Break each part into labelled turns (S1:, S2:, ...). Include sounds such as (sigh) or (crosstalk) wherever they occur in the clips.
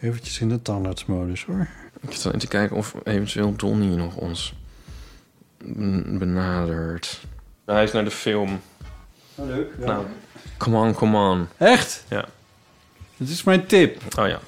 S1: Eventjes in de tandartsmodus hoor.
S2: Ik zit alleen te kijken of eventueel Donnie nog ons ben- benadert. Hij is naar de film.
S1: leuk.
S2: Nou, come on, come on.
S1: Echt?
S2: Ja.
S1: Dat is mijn tip.
S2: Oh ja.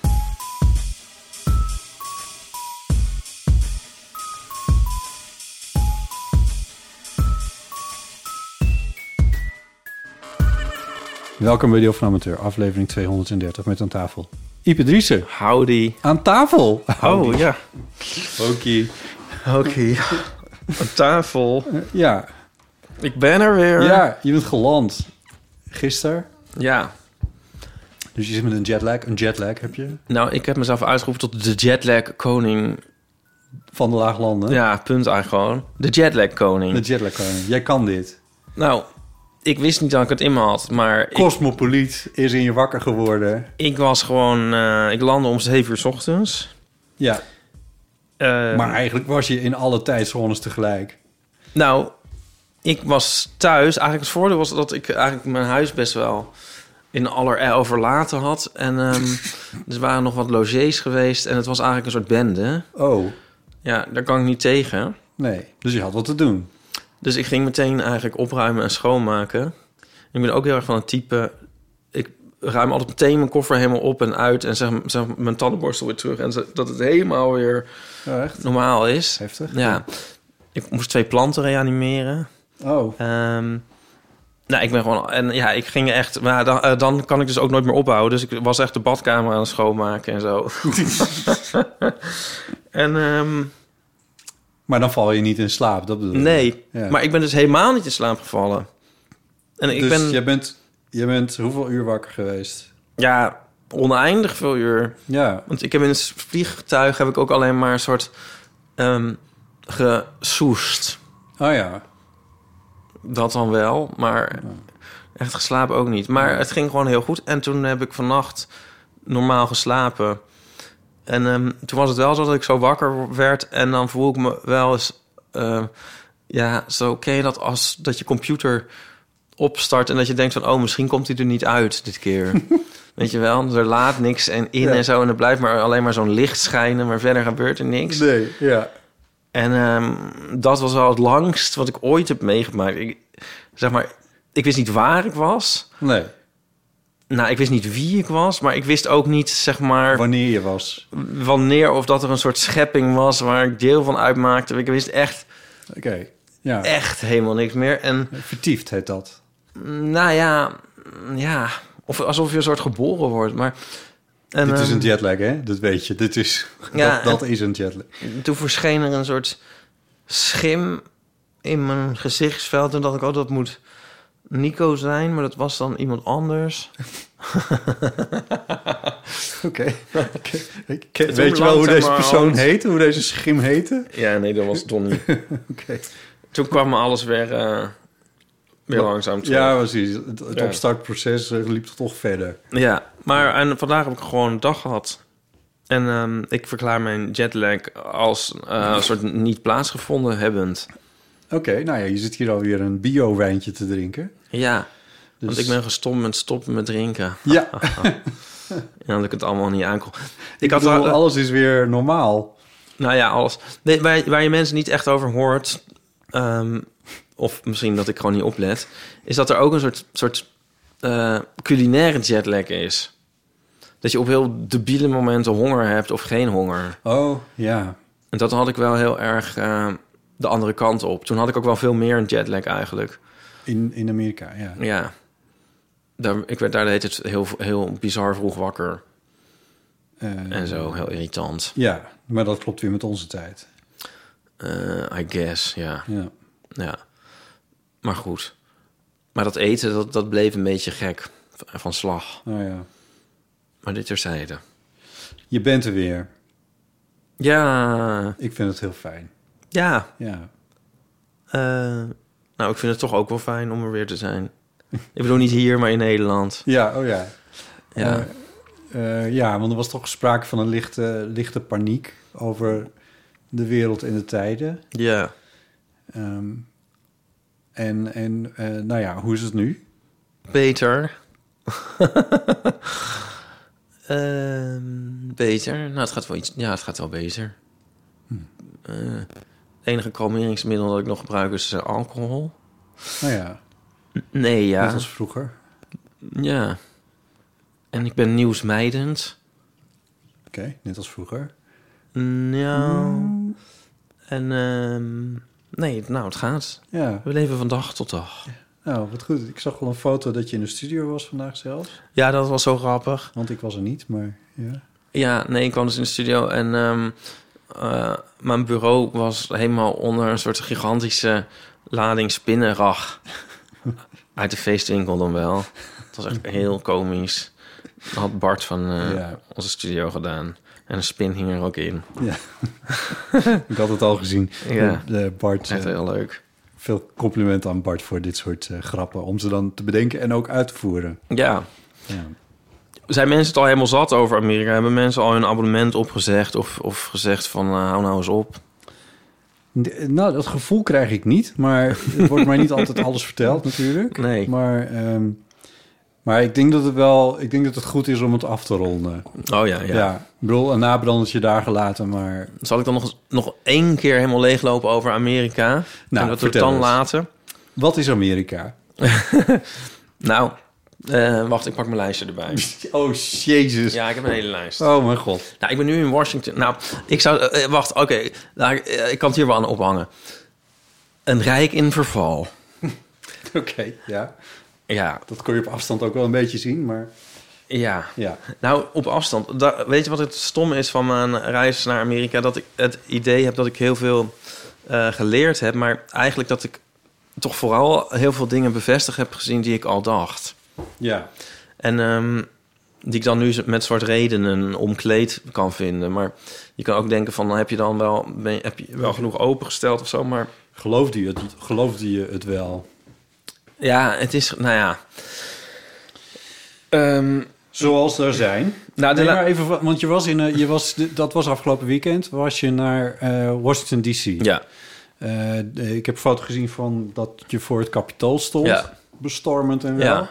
S1: Welkom bij Deel van Amateur, aflevering 230 met aan tafel. Ipe Driessen,
S2: Howdy.
S1: aan tafel!
S2: Oh ja.
S1: Oké.
S2: Oké. Een tafel.
S1: Ja,
S2: Ik ben er weer.
S1: ja, je bent geland. Gisteren.
S2: Ja.
S1: Dus je zit met een jetlag. Een jetlag heb je.
S2: Nou, ik heb mezelf uitgeroepen tot de jetlag koning.
S1: Van de laaglanden.
S2: Ja, punt eigenlijk gewoon. De jetlag koning.
S1: De jetlag koning. Jij kan dit.
S2: Nou, ik wist niet dat ik het in me had, maar ik,
S1: Cosmopoliet is in je wakker geworden.
S2: ik was gewoon... eh, ik landde om 7 uur 's ochtends.
S1: Ja,
S2: Eh,
S1: maar eigenlijk was je in alle tijdzones tegelijk.
S2: Nou, ik was thuis. Eigenlijk het voordeel was dat ik eigenlijk mijn huis best wel in aller eh, overlaten had. En ehm er waren nog wat logés geweest en het was eigenlijk een soort bende.
S1: Oh,
S2: Ja, daar kan ik niet tegen.
S1: nee. Dus je had wat te doen.
S2: Dus ik ging meteen eigenlijk opruimen en schoonmaken. Ik ben ook heel erg van het type... Ik ruim altijd meteen mijn koffer helemaal op en uit... en zeg, zeg mijn tandenborstel weer terug. En zo- dat het helemaal weer
S1: Oh, echt?
S2: normaal is.
S1: Heftig.
S2: Ja. Ik moest twee planten reanimeren.
S1: Oh,
S2: Ehm, nou, ik ben gewoon... En ja, ik ging echt... Maar dan, eh, dan kan ik dus ook nooit meer ophouden. Dus ik was echt de badkamer aan het schoonmaken en zo. (laughs) en ehm,
S1: maar dan val je niet in slaap, dat bedoel je?
S2: nee.
S1: Ja.
S2: Maar ik ben dus helemaal niet in slaap gevallen. En ik
S1: dus
S2: ben...
S1: jij bent, jij bent hoeveel uur wakker geweest?
S2: Ja, oneindig veel uur.
S1: Ja.
S2: Want ik heb in het vliegtuig heb ik ook alleen maar een soort... ehm gesoest.
S1: Oh ja.
S2: Dat dan wel, maar echt geslapen ook niet. Maar het ging gewoon heel goed. En toen heb ik vannacht normaal geslapen. En ehm, toen was het wel zo dat ik zo wakker werd. En dan voel ik me wel eens... ehm, ja, zo ken je dat als dat je computer opstart... en dat je denkt van, oh, misschien komt hij er niet uit dit
S1: (laughs)
S2: keer. Weet je wel? Er laat niks en in
S1: Ja.
S2: en zo. En er blijft maar alleen maar zo'n licht schijnen... maar verder gebeurt er niks.
S1: Nee, ja.
S2: En ehm, dat was wel het langst wat ik ooit heb meegemaakt. Ik, zeg maar, ik wist niet waar ik was.
S1: Nee,
S2: Nou, ik wist niet wie ik was, maar ik wist ook niet, zeg maar,
S1: wanneer je was.
S2: wanneer of dat er een soort schepping was waar ik deel van uitmaakte. Ik wist echt,
S1: Oké. Ja.
S2: echt helemaal niks meer. En
S1: Vertiefd heet dat.
S2: nou ja, ja, of alsof je een soort geboren wordt. Maar, en,
S1: Dit is
S2: ehm,
S1: een jetlag, hè? Dat weet je. Dit is,
S2: Ja,
S1: dat, dat
S2: en-
S1: is een jetlag.
S2: toen verscheen er een soort schim in mijn gezichtsveld. En dacht ik, oh, dat moet Nico zijn. Maar dat was dan iemand anders.
S1: (laughs) Oké. Ik ken- Weet je wel hoe
S2: langzamerhand.
S1: deze persoon heette? Hoe deze schim heette?
S2: Ja, nee, dat was Donnie.
S1: (laughs) Oké.
S2: toen kwam alles weer, eh, weer langzaam terug.
S1: Ja,
S2: Ja,
S1: precies. Het, het
S2: Ja.
S1: opstartproces eh, liep toch verder.
S2: maar en vandaag heb ik gewoon een dag gehad. En ehm, ik verklaar mijn jetlag als eh, een soort niet plaatsgevonden hebbend.
S1: Oké, nou ja, je zit hier alweer een bio-wijntje te drinken.
S2: Ja,
S1: Dus-
S2: want ik ben gestopt met stoppen met drinken.
S1: Ja,
S2: (laughs) En dat ik het allemaal niet aankom.
S1: ik had
S2: al-
S1: alles is weer normaal.
S2: Nou ja, alles. Nee, waar, waar je mensen niet echt over hoort, ehm, of misschien dat ik gewoon niet oplet, is dat er ook een soort, soort eh, culinaire jetlag is. Dat je op heel debiele momenten honger hebt of geen honger.
S1: Oh, ja.
S2: En dat had ik wel heel erg eh, de andere kant op. Toen had ik ook wel veel meer een jetlag eigenlijk.
S1: In, in Amerika, ja.
S2: Ja. Daar, ik werd daar deed het heel, heel bizar vroeg wakker.
S1: Eh,
S2: en zo. Heel irritant.
S1: Ja, maar dat klopt weer met onze tijd.
S2: Eh, I guess, ja.
S1: Ja.
S2: ja. Maar goed. Maar dat eten, dat, dat bleef een beetje gek. Van van slag.
S1: Nou ja.
S2: Maar dit terzijde.
S1: Je bent er weer.
S2: Ja,
S1: Ik vind het heel fijn.
S2: ja.
S1: Ja.
S2: eh, nou, ik vind het toch ook wel fijn om er weer te zijn. ik bedoel, niet hier, maar in Nederland.
S1: Ja, oh ja.
S2: Ja.
S1: Eh, eh, ja, want er was toch sprake van een lichte, lichte paniek over de wereld en de tijden.
S2: Ja.
S1: Ehm, en en eh, nou ja, hoe is het nu?
S2: Beter. (laughs) Ehm, beter. Nou, het gaat wel iets. Ja, het gaat wel beter. Eh, het enige kalmeringsmiddel dat ik nog gebruik is eh, alcohol.
S1: Nou ja,
S2: Nee,
S1: net
S2: ja.
S1: als vroeger.
S2: Ja. En ik ben nieuwsmijdend.
S1: Oké, net als vroeger.
S2: Nou. En ehm, nee, nou, het gaat.
S1: Ja,
S2: We leven van dag tot dag.
S1: nou wat goed. Ik zag wel een foto dat je in de studio was vandaag zelfs.
S2: Ja, dat was zo grappig.
S1: Want ik was er niet, maar ja.
S2: Ja, nee, ik kwam dus in de studio en ehm, eh, mijn bureau was helemaal onder een soort gigantische lading (laughs) spinnenrag. Uit de feestwinkel dan wel. Het was echt heel komisch. Dat had Bart van eh,
S1: Ja.
S2: onze studio gedaan. En een spin hing er ook in.
S1: ja. ik had het al gezien.
S2: Ja.
S1: De, de Bart,
S2: Echt
S1: eh,
S2: heel leuk.
S1: veel compliment aan Bart voor dit soort eh, grappen. Om ze dan te bedenken en ook uit te voeren.
S2: Ja.
S1: Ja.
S2: Zijn mensen het al helemaal zat over Amerika? Hebben mensen al hun abonnement opgezegd? Of, of gezegd van eh, hou nou eens op?
S1: De- Nou, dat gevoel krijg ik niet, maar het wordt mij niet altijd alles verteld natuurlijk.
S2: Nee.
S1: Maar, ehm, maar ik denk dat het wel, ik denk dat het goed is om het af te ronden.
S2: Oh ja,
S1: Ja,
S2: ja.
S1: ik bedoel, een nabrandertje daar gelaten, maar
S2: Zal ik dan nog, nog één keer helemaal leeglopen over Amerika?
S1: Nou,
S2: en dat we het
S1: vertel
S2: dan
S1: eens.
S2: laten?
S1: wat is Amerika?
S2: Nou, eh, wacht, ik pak mijn lijstje erbij.
S1: (laughs) Oh, jezus.
S2: Ja, ik heb een hele lijst.
S1: Oh mijn god. (laughs)
S2: Nou, ik ben nu in Washington. Nou, ik zou... eh, wacht, oké. Nou, ik, eh, ik kan het hier wel aan ophangen. Een rijk in verval.
S1: Oké, ja.
S2: Ja,
S1: Dat kon je op afstand ook wel een beetje zien, maar
S2: ja.
S1: ja.
S2: Nou, op afstand. Da- weet je wat het stom is van mijn reis naar Amerika? Dat ik het idee heb dat ik heel veel eh, geleerd heb... maar eigenlijk dat ik toch vooral heel veel dingen bevestigd heb gezien... die ik al dacht.
S1: Ja,
S2: En ehm, die ik dan nu met soort redenen omkleed kan vinden. Maar je kan ook denken van, nou, heb je dan wel, ben je- heb je wel genoeg opengesteld of zo? Maar
S1: geloofde je het, geloofde je het wel?
S2: ja, het is, nou ja. Ehm,
S1: Zoals er zijn.
S2: nou, de
S1: Nee,
S2: la-
S1: maar even, wa- want je was in, eh, je was, dat was afgelopen weekend, was je naar eh, Washington D.C.
S2: ja,
S1: Eh, de- ik heb een foto gezien van dat je voor het kapitool stond.
S2: Ja.
S1: Bestormend en wel.
S2: Ja.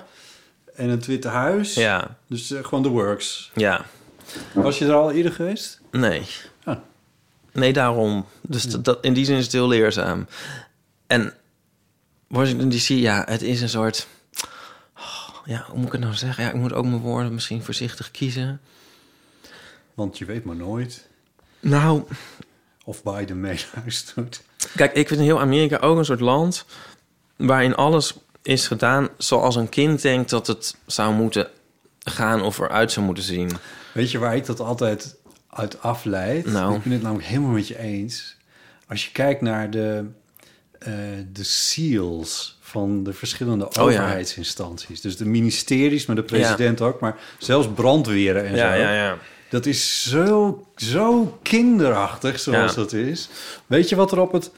S1: En het Witte Huis.
S2: ja,
S1: Dus eh, gewoon de works.
S2: ja,
S1: Was je er al eerder geweest?
S2: nee.
S1: Ah.
S2: Nee, daarom. Dus dat- dat, in die zin is het heel leerzaam. En Washington DC, ja, het is een soort... Ja, hoe moet ik het nou zeggen? Ja, ik moet ook mijn woorden misschien voorzichtig kiezen.
S1: Want je weet maar nooit
S2: Nou,
S1: of Biden meeluistert.
S2: Kijk, ik vind heel Amerika ook een soort land waarin alles is gedaan zoals een kind denkt dat het zou moeten gaan of eruit zou moeten zien.
S1: Weet je waar ik dat altijd uit afleid?
S2: Nou.
S1: Ik ben het namelijk helemaal met je eens. Als je kijkt naar de, eh, de seals van de verschillende
S2: Oh ja.
S1: overheidsinstanties. Dus de ministeries, maar de president ook. Maar zelfs brandweren en zo.
S2: ja.
S1: Dat is zo, zo kinderachtig zoals
S2: Ja.
S1: dat is. Weet je wat er op het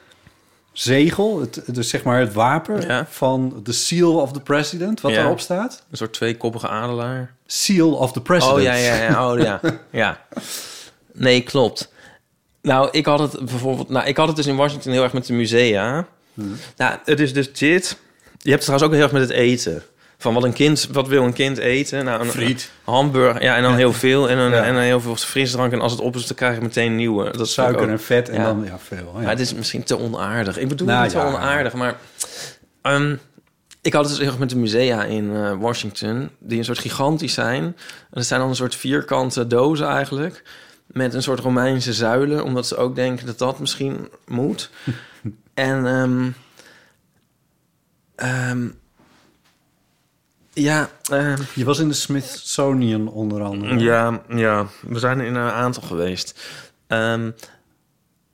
S1: zegel, het, dus zeg maar het wapen
S2: Ja.
S1: van de seal of the president, wat
S2: Ja.
S1: daarop staat?
S2: Een soort tweekoppige adelaar.
S1: Seal of the president.
S2: Oh ja, ja, ja.
S1: (laughs)
S2: Oh ja. ja. Nee, klopt. Nou, ik had het bijvoorbeeld. Nou, ik had het dus in Washington heel erg met de musea.
S1: Hmm.
S2: Nou, het is dus dit. Je hebt het trouwens ook heel erg met het eten. Van wat een kind, wat wil een kind eten? Nou, een
S1: Friet.
S2: een hamburger, ja, en dan heel veel. En dan,
S1: Ja.
S2: en dan heel veel frisdrank. En als het op is, dan krijg je meteen nieuwe. Dat is
S1: Suiker
S2: ook-
S1: en vet en
S2: Ja.
S1: dan ja, veel. Oh Ja.
S2: Maar het is misschien te onaardig. Ik bedoel
S1: Nou,
S2: niet
S1: ja.
S2: te onaardig, maar... ehm, ik had het dus heel erg met de musea in eh, Washington... die een soort gigantisch zijn. En dat zijn dan een soort vierkante dozen eigenlijk... met een soort Romeinse zuilen... omdat ze ook denken dat dat misschien
S1: (laughs)
S2: moet. en... ehm, ehm, Ja, eh,
S1: Je was in de Smithsonian onder andere.
S2: ja, ja, we zijn in een aantal geweest. Ehm,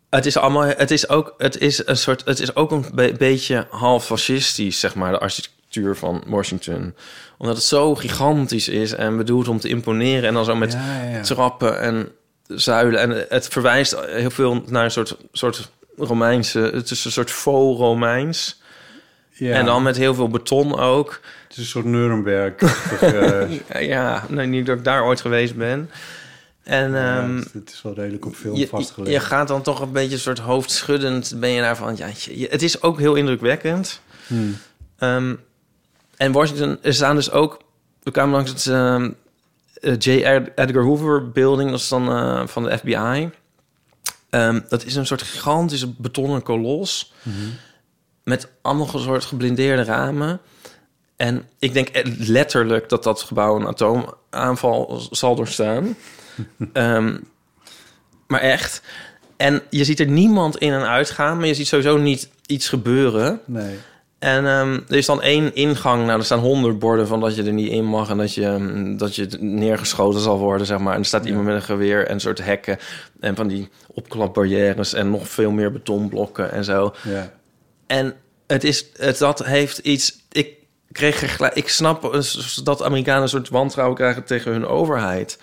S2: het is allemaal, het is ook, het is een soort, het is ook een be- beetje half fascistisch, zeg maar, de architectuur van Washington, omdat het zo gigantisch is en bedoeld om te imponeren en dan zo met
S1: Ja, ja, ja.
S2: trappen en zuilen en het verwijst heel veel naar een soort, soort Romeinse, het is een soort faux Romeins
S1: Ja,
S2: en dan met heel veel beton ook.
S1: Het is een soort
S2: (laughs)
S1: Nuremberg. eh,
S2: Ja, Ja, nee, niet dat ik daar ooit geweest ben. En ehm,
S1: ja, het is wel redelijk op film
S2: je,
S1: vastgelegd.
S2: je gaat dan toch een beetje een soort hoofdschuddend... ben je daarvan... Ja, je- je- het is ook heel indrukwekkend.
S1: Hmm.
S2: Ehm, en Washington er staan dus ook... We kwamen langs het ehm, eh, J. Ed- Edgar Hoover Building. Dat is dan eh, van de FBI. Ehm, dat is een soort gigantische betonnen kolos...
S1: Hmm.
S2: met allemaal ge- soort geblindeerde ramen... En ik denk eh, letterlijk dat dat gebouw een atoomaanval z-
S1: (laughs)
S2: zal doorstaan. Ehm, maar echt. En je ziet er niemand in en uitgaan, maar je ziet sowieso niet iets gebeuren.
S1: Nee.
S2: En ehm, er is dan één ingang. Nou, er staan honderd borden van dat je er niet in mag en dat je, ehm, dat je neergeschoten zal worden, zeg maar. En er staat iemand met een geweer en een soort hekken en van die opklapbarrières en nog veel meer betonblokken en zo.
S1: Ja.
S2: En het is, het, dat heeft iets. Ik kreeg er gelijk. Ik snap een s- dat Amerikanen een soort wantrouwen krijgen tegen hun overheid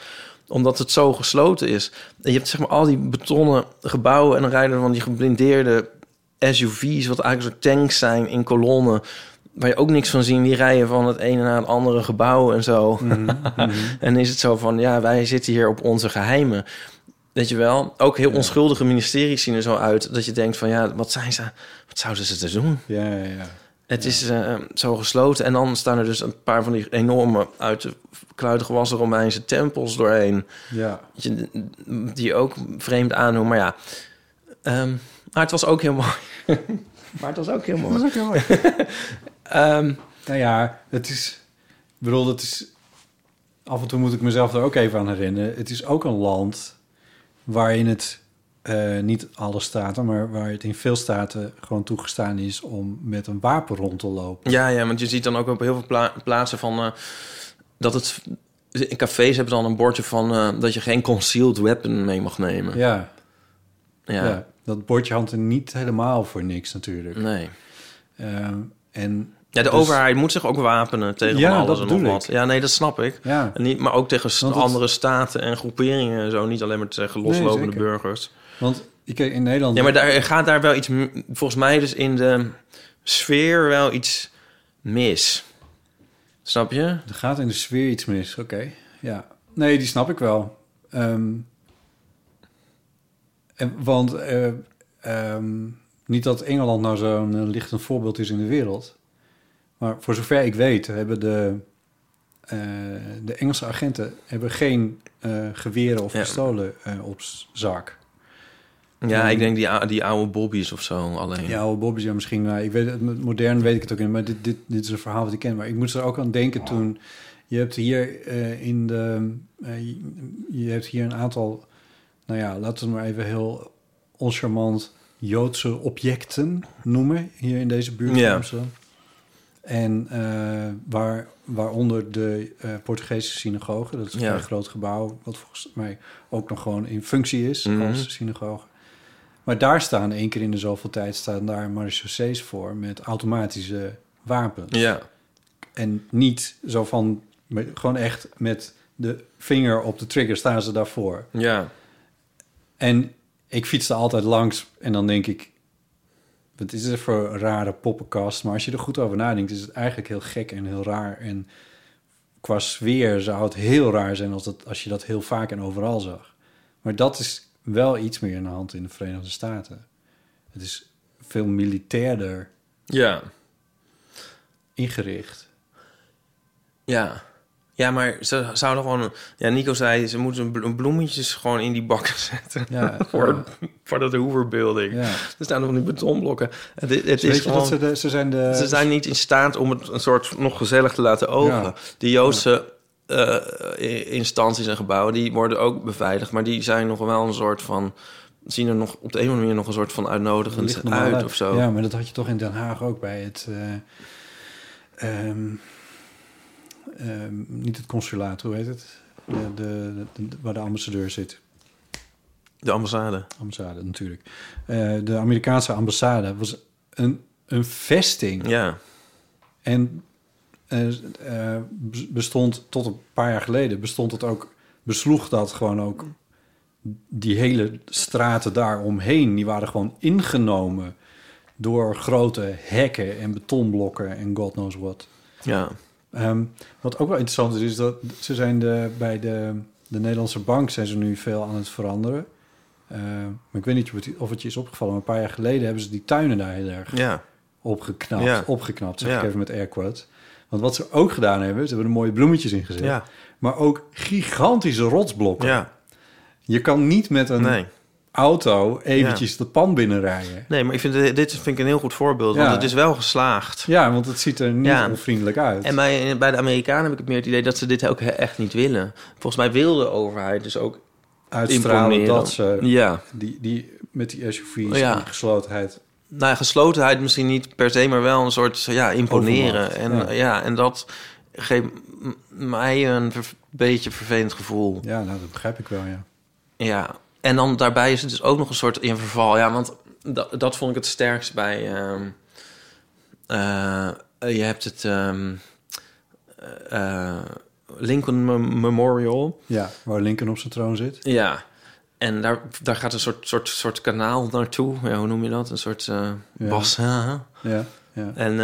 S2: omdat het zo gesloten is. En je hebt zeg maar al die betonnen gebouwen... en dan rijden er van die geblindeerde SUV's... wat eigenlijk een soort tanks zijn in kolonnen... waar je ook niks van zien. Die rijden van het ene naar het andere gebouw en zo. (laughs) en is het zo van... ja, wij zitten hier op onze geheimen. Weet je wel? Ook heel onschuldige ministeries zien er zo uit... dat je denkt van ja, wat zijn ze... wat zouden ze te doen?
S1: Ja, ja, ja.
S2: Het is eh, zo gesloten. En dan staan er dus een paar van die enorme... uit de kluiten gewassen Romeinse tempels doorheen...
S1: ja.
S2: Weet je, die ook vreemd aandoen. Maar ja, Ehm, maar het was ook heel (laughs) mooi. maar het was ook heel mooi.
S1: Dat is ook heel
S2: (laughs)
S1: mooi.
S2: Ehm,
S1: Nou ja, het is... Ik bedoel, het is... Af en toe moet ik mezelf er ook even aan herinneren. Het is ook een land waarin het... eh, niet alle staten, maar waar het in veel staten gewoon toegestaan is om met een wapen rond te lopen.
S2: ja, ja, want je ziet dan ook op heel veel pla- plaatsen van... eh, dat het... In cafés hebben dan een bordje van... eh, dat je geen concealed weapon mee mag nemen.
S1: Ja, ja.
S2: Ja.
S1: dat bordje hangt er niet helemaal voor niks natuurlijk.
S2: Nee.
S1: Ehm, en
S2: Ja, de
S1: Dus-
S2: overheid moet zich ook wapenen tegen
S1: Ja,
S2: van alles
S1: dat
S2: en nog
S1: bedoel
S2: wat.
S1: ik.
S2: Ja, nee, dat snap ik.
S1: ja,
S2: En niet, maar ook tegen s-
S1: Want het-
S2: andere staten en groeperingen en zo. Niet alleen maar tegen loslopende
S1: zeker.
S2: burgers.
S1: want ik in Nederland.
S2: Ja, maar daar gaat daar wel iets, m- volgens mij dus in de sfeer wel iets mis. Snap je?
S1: Er gaat in de sfeer iets mis. Oké, ja. Nee, die snap ik wel. Ehm, en, want eh, ehm, niet dat Engeland nou zo'n eh, lichtend voorbeeld is in de wereld. Maar voor zover ik weet, hebben de, eh, de Engelse agenten hebben geen eh, geweren of
S2: Ja.
S1: pistolen eh, op s- zak.
S2: Ja,
S1: Ja.
S2: ik denk die, ou- die oude bobby's of zo alleen.
S1: Ja, oude Bobby's, ja, misschien. Maar ik weet het, met modern weet ik het ook niet. Maar dit, dit, dit is een verhaal wat ik ken. Maar ik moest er ook aan denken toen... Je hebt hier eh, in de... eh, je- je hebt hier een aantal... Nou ja, laten we het maar even heel oncharmant Joodse objecten noemen. Hier in deze buurt
S2: Ja.
S1: van Amsterdam. En eh, waar, waaronder de eh, Portugese synagoge. Dat is een
S2: Ja.
S1: vrij groot gebouw. Wat volgens mij ook nog gewoon in functie is
S2: Mhm.
S1: als synagoge. Maar daar staan één keer in de zoveel tijd staan daar marechaussees voor met automatische wapens.
S2: Ja.
S1: En niet zo van, maar gewoon echt met de vinger op de trigger staan ze daarvoor.
S2: Ja.
S1: En ik fiets er altijd langs en dan denk ik, wat is dit voor een rare poppenkast? Maar als je er goed over nadenkt, is het eigenlijk heel gek en heel raar. En qua sfeer zou het heel raar zijn als, dat, als je dat heel vaak en overal zag. Maar dat is wel iets meer in de hand in de Verenigde Staten. Het is veel militairder
S2: Ja.
S1: ingericht.
S2: Ja. Ja, maar ze zouden gewoon... Ja, Nico zei, ze moeten blo- bloemetjes gewoon in die bakken (laughs) zetten.
S1: Ja,
S2: voor, voor dat Hoover Building.
S1: Ja.
S2: Er staan nog van die betonblokken. Het, het is
S1: Weet je
S2: gewoon...
S1: dat ze, de- ze zijn de...
S2: Ze zijn niet in staat om het een soort nog gezellig te laten ogen.
S1: Ja.
S2: De Joodse eh, i- instanties en gebouwen, die worden ook beveiligd. Maar die zijn nog wel een soort van... zien er nog op de een of andere manier nog een soort van
S1: Dat ligt
S2: uitnodigend
S1: normaal
S2: uit
S1: uit.
S2: of zo.
S1: Ja,
S2: Ja.
S1: maar dat had je toch in Den Haag ook bij het... eh, ehm, eh, niet het consulaat, hoe heet het? De, de, de- waar de ambassadeur zit.
S2: De ambassade.
S1: Ambassade natuurlijk. Eh, de Amerikaanse ambassade was een, een vesting.
S2: Ja.
S1: En eh, eh, bes- bestond tot een paar jaar geleden, bestond het ook, besloeg dat gewoon ook die hele straten daaromheen, die waren gewoon ingenomen door grote hekken en betonblokken en god knows what.
S2: Ja.
S1: Ehm, wat ook wel interessant is, is dat ze zijn de, bij de, de Nederlandse bank zijn ze nu veel aan het veranderen. Eh, maar ik weet niet of het- of het je is opgevallen, maar een paar jaar geleden hebben ze die tuinen daar heel erg
S2: Ja.
S1: opgeknapt.
S2: Ja.
S1: Opgeknapt, zeg
S2: Ja.
S1: ik even met air quotes. Want wat ze ook gedaan hebben, ze hebben er mooie bloemetjes in gezet.
S2: Ja.
S1: Maar ook gigantische rotsblokken.
S2: Ja.
S1: Je kan niet met een
S2: Nee.
S1: auto eventjes dat pand binnenrijden.
S2: Nee, maar ik vind, eh, dit- dit vind ik een heel goed voorbeeld. Want
S1: Ja.
S2: het is wel geslaagd.
S1: Ja, want het ziet er niet
S2: Ja.
S1: onvriendelijk uit.
S2: En bij, eh, bij de Amerikanen heb ik meer het idee dat ze dit ook he- echt niet willen. Volgens mij wil de overheid dus ook
S1: Uitstralen
S2: informeren.
S1: dat ze
S2: Ja.
S1: die, die, met die SUV's
S2: Ja.
S1: en die geslotenheid.
S2: nou ja, geslotenheid misschien niet per se, maar wel een soort ja, imponeren.
S1: Overmacht,
S2: en,
S1: ja.
S2: ja. en dat geeft m- mij een ver- beetje vervelend gevoel. Ja.
S1: Ja, nou, dat begrijp ik wel, ja.
S2: En dan daarbij is het dus ook nog een soort in verval. Ja, want dat, dat vond ik het sterkst bij... ehm, eh, je hebt het ehm, eh, Lincoln Mem- Memorial.
S1: Ja, waar Lincoln op zijn troon zit.
S2: Ja. En daar, daar gaat een soort, soort, soort kanaal naartoe. Ja, hoe noem je dat? Een soort eh
S1: Ja.
S2: bassin.
S1: Ja, ja.
S2: En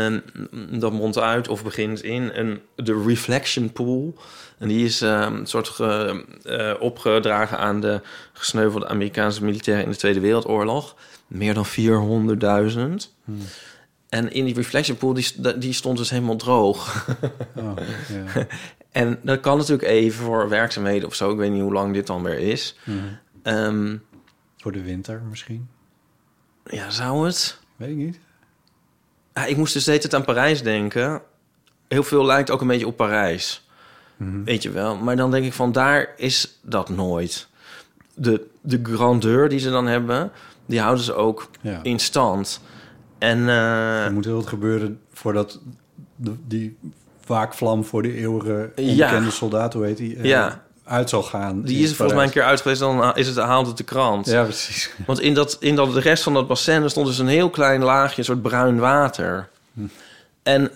S2: eh, dat mondt uit of begint in een, de reflection pool. En die is eh, een soort ge- eh, opgedragen aan de gesneuvelde Amerikaanse militairen in de Tweede Wereldoorlog. Meer dan 400.000. En in die reflection pool, die, st- die stond dus helemaal droog.
S1: Oh, ja.
S2: (laughs) En dat kan natuurlijk even voor werkzaamheden of zo. Ik weet niet hoe lang dit dan weer is. Ehm,
S1: Mhm. Voor de winter misschien.
S2: ja, zou het?
S1: Weet ik niet.
S2: Ja, ik moest dus de hele tijd aan Parijs denken. Heel veel lijkt ook een beetje op Parijs.
S1: Mhm.
S2: Weet je wel. Maar dan denk ik van, daar is dat nooit. De, de grandeur die ze dan hebben, die houden ze ook
S1: Ja.
S2: in stand. En
S1: Er
S2: eh,
S1: moet heel wat gebeuren voordat de, die waakvlam voor de eeuwige onbekende
S2: Ja.
S1: soldaat, hoe heet die, eh,
S2: Ja.
S1: uit zal gaan.
S2: die
S1: in
S2: is er volgens mij een
S1: Parijs.
S2: keer uit geweest, dan eh, is het, haalt het de krant.
S1: Ja, precies.
S2: Want in, dat, in dat, de rest van dat bassin er stond dus een heel klein laagje, een soort bruin water.
S1: Hm.
S2: En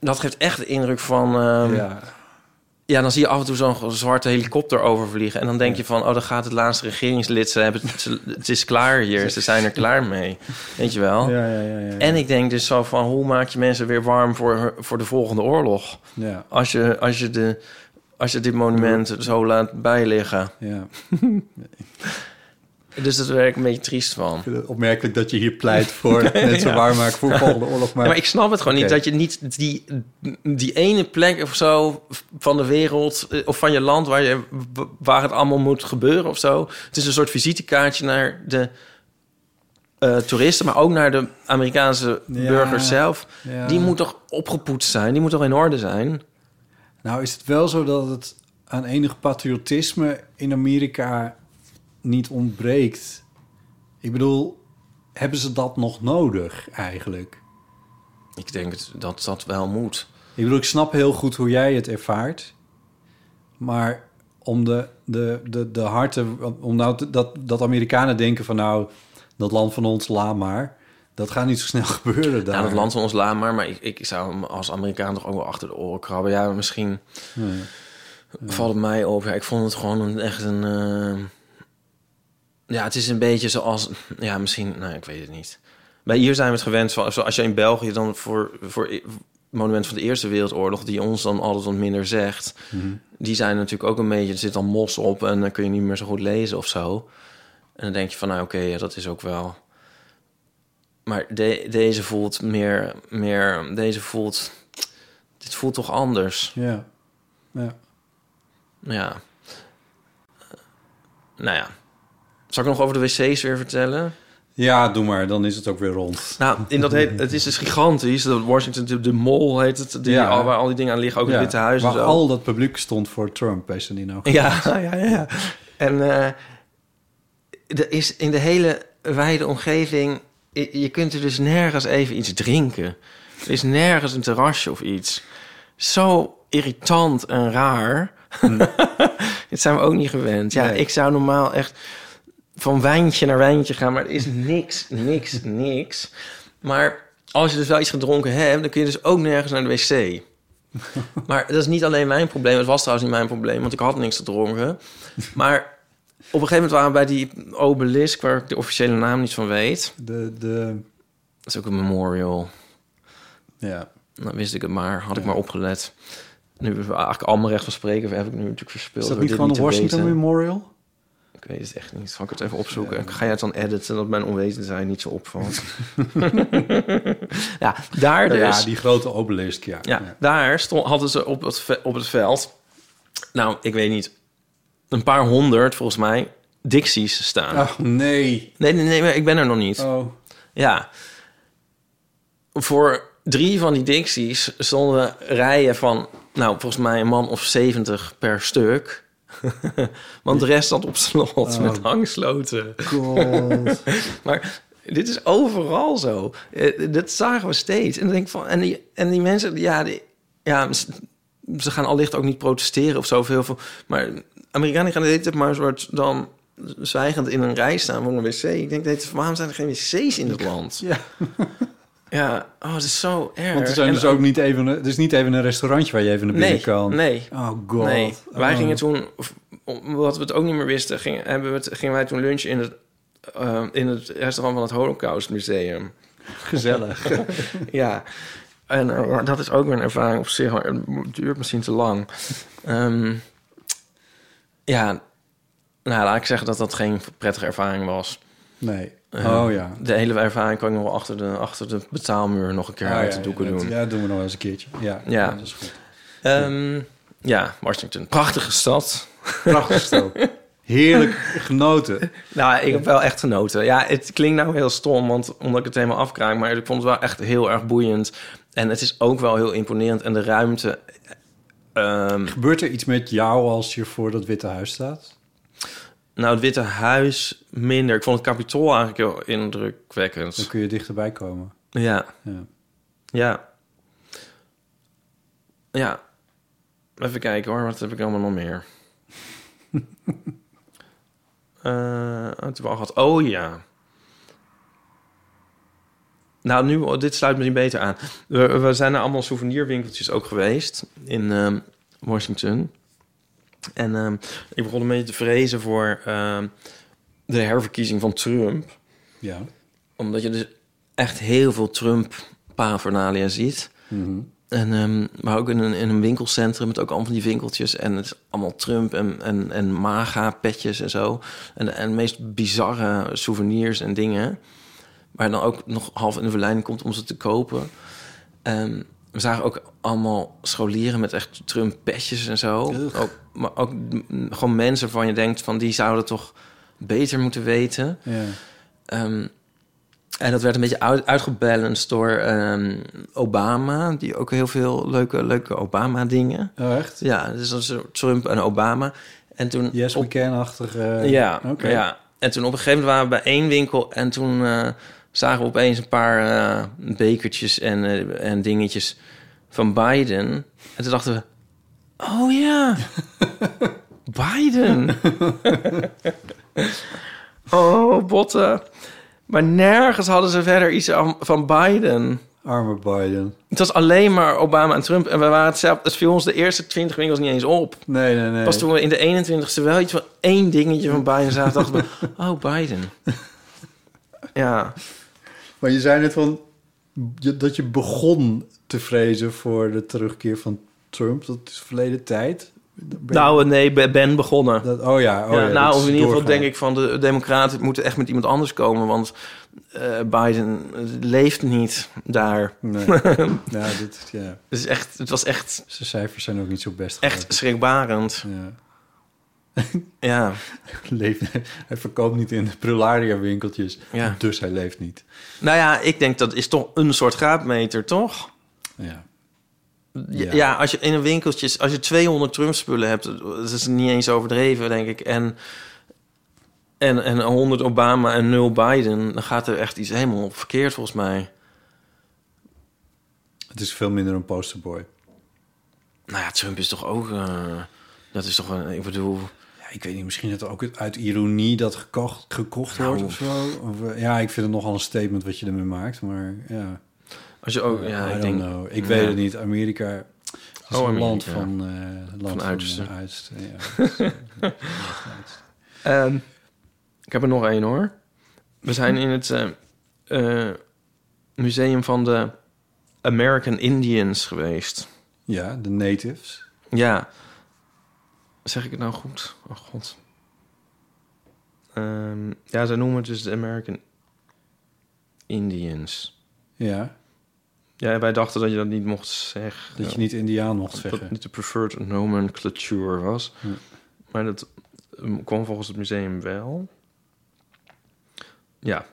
S2: dat geeft echt de indruk van... ehm,
S1: ja.
S2: Ja, dan zie je af en toe zo'n zwarte helikopter overvliegen. En dan denk je van, oh, dan gaat het laatste regeringslid. Ze hebben het, ze- het is klaar hier. Ze zijn er klaar mee. Weet je wel?
S1: Ja, ja, ja, ja, ja.
S2: oh. En ik denk dus zo van, hoe maak je mensen weer warm voor, voor de volgende oorlog?
S1: Ja,
S2: Als je, als je, de, als je dit monument zo laat bijliggen.
S1: ja.
S2: Dus dat werk een beetje triest van.
S1: Ik vind het opmerkelijk dat je hier pleit
S2: (laughs)
S1: voor mensen waarmaken voor volgende oorlog. Maar,
S2: Ja, maar ik snap het gewoon
S1: Oké.
S2: niet. Dat je niet die, die ene plek of zo van de wereld... eh, of van je land waar, je, waar het allemaal moet gebeuren of zo. Het is een soort visitekaartje naar de eh, toeristen... maar ook naar de Amerikaanse
S1: Ja,
S2: burgers zelf.
S1: ja.
S2: Die moet toch opgepoetst zijn? Die moet toch in orde zijn?
S1: Nou is het wel zo dat het aan enig patriotisme in Amerika niet ontbreekt. Ik bedoel, hebben ze dat nog nodig eigenlijk?
S2: Ik denk het- dat dat wel moet.
S1: Ik bedoel, ik snap heel goed hoe jij het ervaart. Maar om de, de, de, de harten... Om nou te- dat, dat Amerikanen denken van nou, dat land van ons, laat maar. Dat gaat niet zo snel (laughs) gebeuren daar.
S2: Ja, Nou, dat land van ons laat maar. Maar ik, ik zou hem als Amerikaan toch ook wel achter de oren krabben. Ja, misschien valt het mij op. Ja, ik vond het gewoon een, echt een... eh, Ja, het is een beetje zoals... Ja, misschien... Nou, ik weet het niet. Bij hier zijn we het gewend van... Als je in België dan voor... voor i- monument van de Eerste Wereldoorlog... die ons dan altijd wat minder zegt... die zijn natuurlijk ook een beetje... Er zit dan mos op en dan kun je niet meer zo goed lezen of zo. En dan denk je van... Nou, oké, ja, dat is ook wel... Maar de- deze voelt meer, meer. Deze voelt. Dit voelt toch anders?
S1: Ja. ja.
S2: Ja. Nou ja. Zal ik nog over de wc's weer vertellen?
S1: Ja, doe maar. Dan is het ook weer rond.
S2: Nou, in dat heet, het is dus gigantisch. De Washington, de, de Mall heet het. Die,
S1: Ja.
S2: al, waar al die dingen aan liggen. Ook
S1: Ja,
S2: het Witte Huis en
S1: Waar
S2: zo.
S1: al dat publiek stond voor Trump, weet je die nou?
S2: Ja, (laughs) ja, ja. En eh, er is in de hele wijde omgeving... i- Je kunt er dus nergens even iets drinken. Er is nergens een terrasje of iets. Zo irritant en raar. (laughs) Dit zijn we ook niet gewend. Ja, ik zou normaal echt van wijntje naar wijntje gaan, maar er is niks, niks, niks. Maar als je dus wel iets gedronken hebt, dan kun je dus ook nergens naar de wc. Maar dat is niet alleen mijn probleem. Het was trouwens niet mijn probleem, want ik had niks
S1: (laughs)
S2: gedronken. Maar op een gegeven moment waren we bij die obelisk, waar ik de officiële naam niet van weet.
S1: De, de,
S2: Dat is ook een memorial.
S1: ja.
S2: Dan wist ik het maar, had ik maar opgelet. Nu hebben we eigenlijk allemaal recht van spreken, heb ik nu natuurlijk verspild.
S1: Is dat
S2: door
S1: niet
S2: dit
S1: gewoon de
S2: te
S1: Washington
S2: weten.
S1: Memorial?
S2: Ik weet het echt niet. Zal ik het even opzoeken? Ga jij het dan editen dat mijn onwezend zijn niet zo
S1: (laughs)
S2: opvalt? (laughs) ja, daar dus.
S1: Ja, die grote obelisk, ja.
S2: Ja, daar stond, hadden ze op het, ve- op het veld, nou, ik weet niet, een paar honderd volgens mij, Dixies staan.
S1: Ach, Oh, nee.
S2: Nee, nee, nee, maar ik ben er nog niet.
S1: Ah. Oh.
S2: Ja. Voor drie van die Dixies stonden rijen van, nou, volgens mij een man of 70 per stuk. (laughs) Want de rest zat op slot met hangsloten. (laughs) Maar dit is overal zo. Eh, dat zagen we steeds. En, dan denk ik van, en, die, en die mensen, ja, die, ja, s- ze gaan allicht ook niet protesteren of zoveel. Van, maar Amerikanen gaan de hele tijd maar een soort dan zwijgend in een rij staan voor een wc. Ik denk, de hele tijd van, waarom zijn er geen wc's in dit land?
S1: Ja.
S2: Ja, oh, dat is zo erg.
S1: Want er, zijn
S2: En-
S1: dus ook niet even, een- er is niet even een restaurantje waar je even naar binnen
S2: Nee,
S1: kan.
S2: nee.
S1: Oh god.
S2: Nee, wij
S1: Oh.
S2: gingen toen, of- omdat we het ook niet meer wisten, gingen, hebben we het, gingen wij toen lunchen in het, eh, in het restaurant van het Holocaust Museum.
S1: Gezellig.
S2: (laughs) Ja, en eh, maar dat is ook weer een ervaring op zich. maar Het duurt misschien te lang. Ehm, ja, nou laat ik zeggen dat dat geen prettige ervaring was.
S1: Nee.
S2: Eh,
S1: oh ja.
S2: De hele ervaring kan ik nog wel achter de, achter de betaalmuur nog een keer
S1: Ah,
S2: uit
S1: ja,
S2: de doeken
S1: ja, dat-
S2: doen.
S1: Ja, dat doen we nog wel eens een keertje. Ja,
S2: Ja.
S1: dat is goed.
S2: Ehm, ja, Washington. Prachtige stad.
S1: Prachtig
S2: (laughs)
S1: stel. Heerlijk genoten.
S2: Nou, ik heb wel echt genoten. Ja, het klinkt nou heel stom, want omdat ik het helemaal afkraak, maar ik vond het wel echt heel erg boeiend. En het is ook wel heel imponerend. En de ruimte. ehm,
S1: Gebeurt er iets met jou als je voor dat Witte Huis staat?
S2: nou, het Witte Huis minder. Ik vond het kapitool eigenlijk heel
S1: Dan
S2: indrukwekkend.
S1: kun je dichterbij komen.
S2: Ja,
S1: Ja.
S2: ja. Ja. Even kijken hoor, wat heb ik allemaal nog meer? (laughs) Eh, het wel gehad. Oh ja. Nou, nu, dit sluit misschien beter aan. We, we zijn naar allemaal souvenirwinkeltjes ook geweest in ehm, Washington. En ehm, ik begon een beetje te vrezen voor ehm, de herverkiezing van Trump.
S1: ja.
S2: Omdat je dus echt heel veel Trump-pavernalia ziet. En, ehm, maar ook in een, in een winkelcentrum met ook allemaal van die winkeltjes. En het is allemaal Trump en, en, en MAGA-petjes en zo. En, en de meest bizarre souvenirs en dingen. Waar dan ook nog half in de verleiding komt om ze te kopen. Ehm, we zagen ook allemaal scholieren met echt Trump-petjes en zo.
S1: Ugh.
S2: Ook, maar ook mm, gewoon mensen van je denkt van die zouden toch beter moeten weten.
S1: ja.
S2: Ehm, en dat werd een beetje uit, uitgebalanced door ehm, Obama, die ook heel veel leuke, leuke Obama-dingen.
S1: Oh, echt?
S2: Ja, dus dat is Trump en Obama. En toen
S1: Yes,
S2: op-
S1: we can-achtige... eh,
S2: ja,
S1: Oké.
S2: ja. En toen op een gegeven moment waren we bij één winkel en toen eh, zagen we opeens een paar eh, bekertjes en, eh, en dingetjes van Biden. En toen dachten we, oh
S1: (laughs)
S2: ja, Biden. (laughs) oh, botten. Maar nergens hadden ze verder iets aan- van Biden.
S1: Arme Biden.
S2: Het was alleen maar Obama en Trump. En we waren het zelf, het viel ons de eerste 20 winkels niet eens op.
S1: Nee, nee, nee.
S2: Pas toen we in de 21ste wel iets van één dingetje van Biden zagen, dachten
S1: (laughs)
S2: we, oh Biden. Ja,
S1: Maar je zei net van je- dat je begon te vrezen voor de terugkeer van Trump. Dat is verleden tijd. Ben je-
S2: nou nee, ben- ben begonnen.
S1: dat, oh ja, oh
S2: ja,
S1: ja,
S2: nou,
S1: dat
S2: of
S1: is
S2: in ieder geval
S1: doorgaan.
S2: denk ik van de democraten moeten echt met iemand anders komen, want eh, Biden leeft niet daar.
S1: Nee.
S2: (laughs)
S1: nou, dit, is- ja.
S2: Het, is echt, het was echt,
S1: Zijn cijfers zijn ook niet zo best.
S2: echt schrikbarend.
S1: Ja. (laughs)
S2: Ja,
S1: Leeft, hij verkoopt niet in de prularia winkeltjes,
S2: Ja.
S1: dus hij leeft niet.
S2: nou ja, ik denk dat is toch een soort graadmeter, toch?
S1: Ja.
S2: Ja,
S1: Ja.
S2: ja, als je in een winkeltje, als je 200 Trump-spullen hebt, dat is niet eens overdreven, denk ik. En, en, en 100 Obama en 0 Biden, dan gaat er echt iets helemaal verkeerd volgens mij.
S1: Het is veel minder een posterboy.
S2: Nou ja, Trump is toch ook... eh, dat is toch een... Ik bedoel...
S1: Ja, ik weet niet, misschien dat ook uit ironie dat gekocht, gekocht
S2: Nou,
S1: wordt of zo. Of, eh, ja, ik vind het nogal een statement wat je ermee maakt, maar ja.
S2: Als je ook...
S1: I
S2: Ja, ik
S1: don't
S2: denk...
S1: know. Ik
S2: ja.
S1: weet het niet. Amerika is
S2: Oh,
S1: een land
S2: Amerika.
S1: van, eh land van
S2: uitersten.
S1: eh, uitersten, ja. (laughs)
S2: Ehm, ik heb er nog één hoor. We zijn in het eh, eh, museum van de American Indians geweest.
S1: ja, de natives.
S2: Ja. Zeg ik het nou goed? Oh god. Ehm, ja, ze noemen het dus de American Indians.
S1: Ja,
S2: Ja, wij dachten dat je dat niet mocht zeggen.
S1: dat je niet Indiaan mocht
S2: dat het
S1: zeggen.
S2: niet de preferred nomenclature was. Maar dat um, kwam volgens het museum wel. Ja,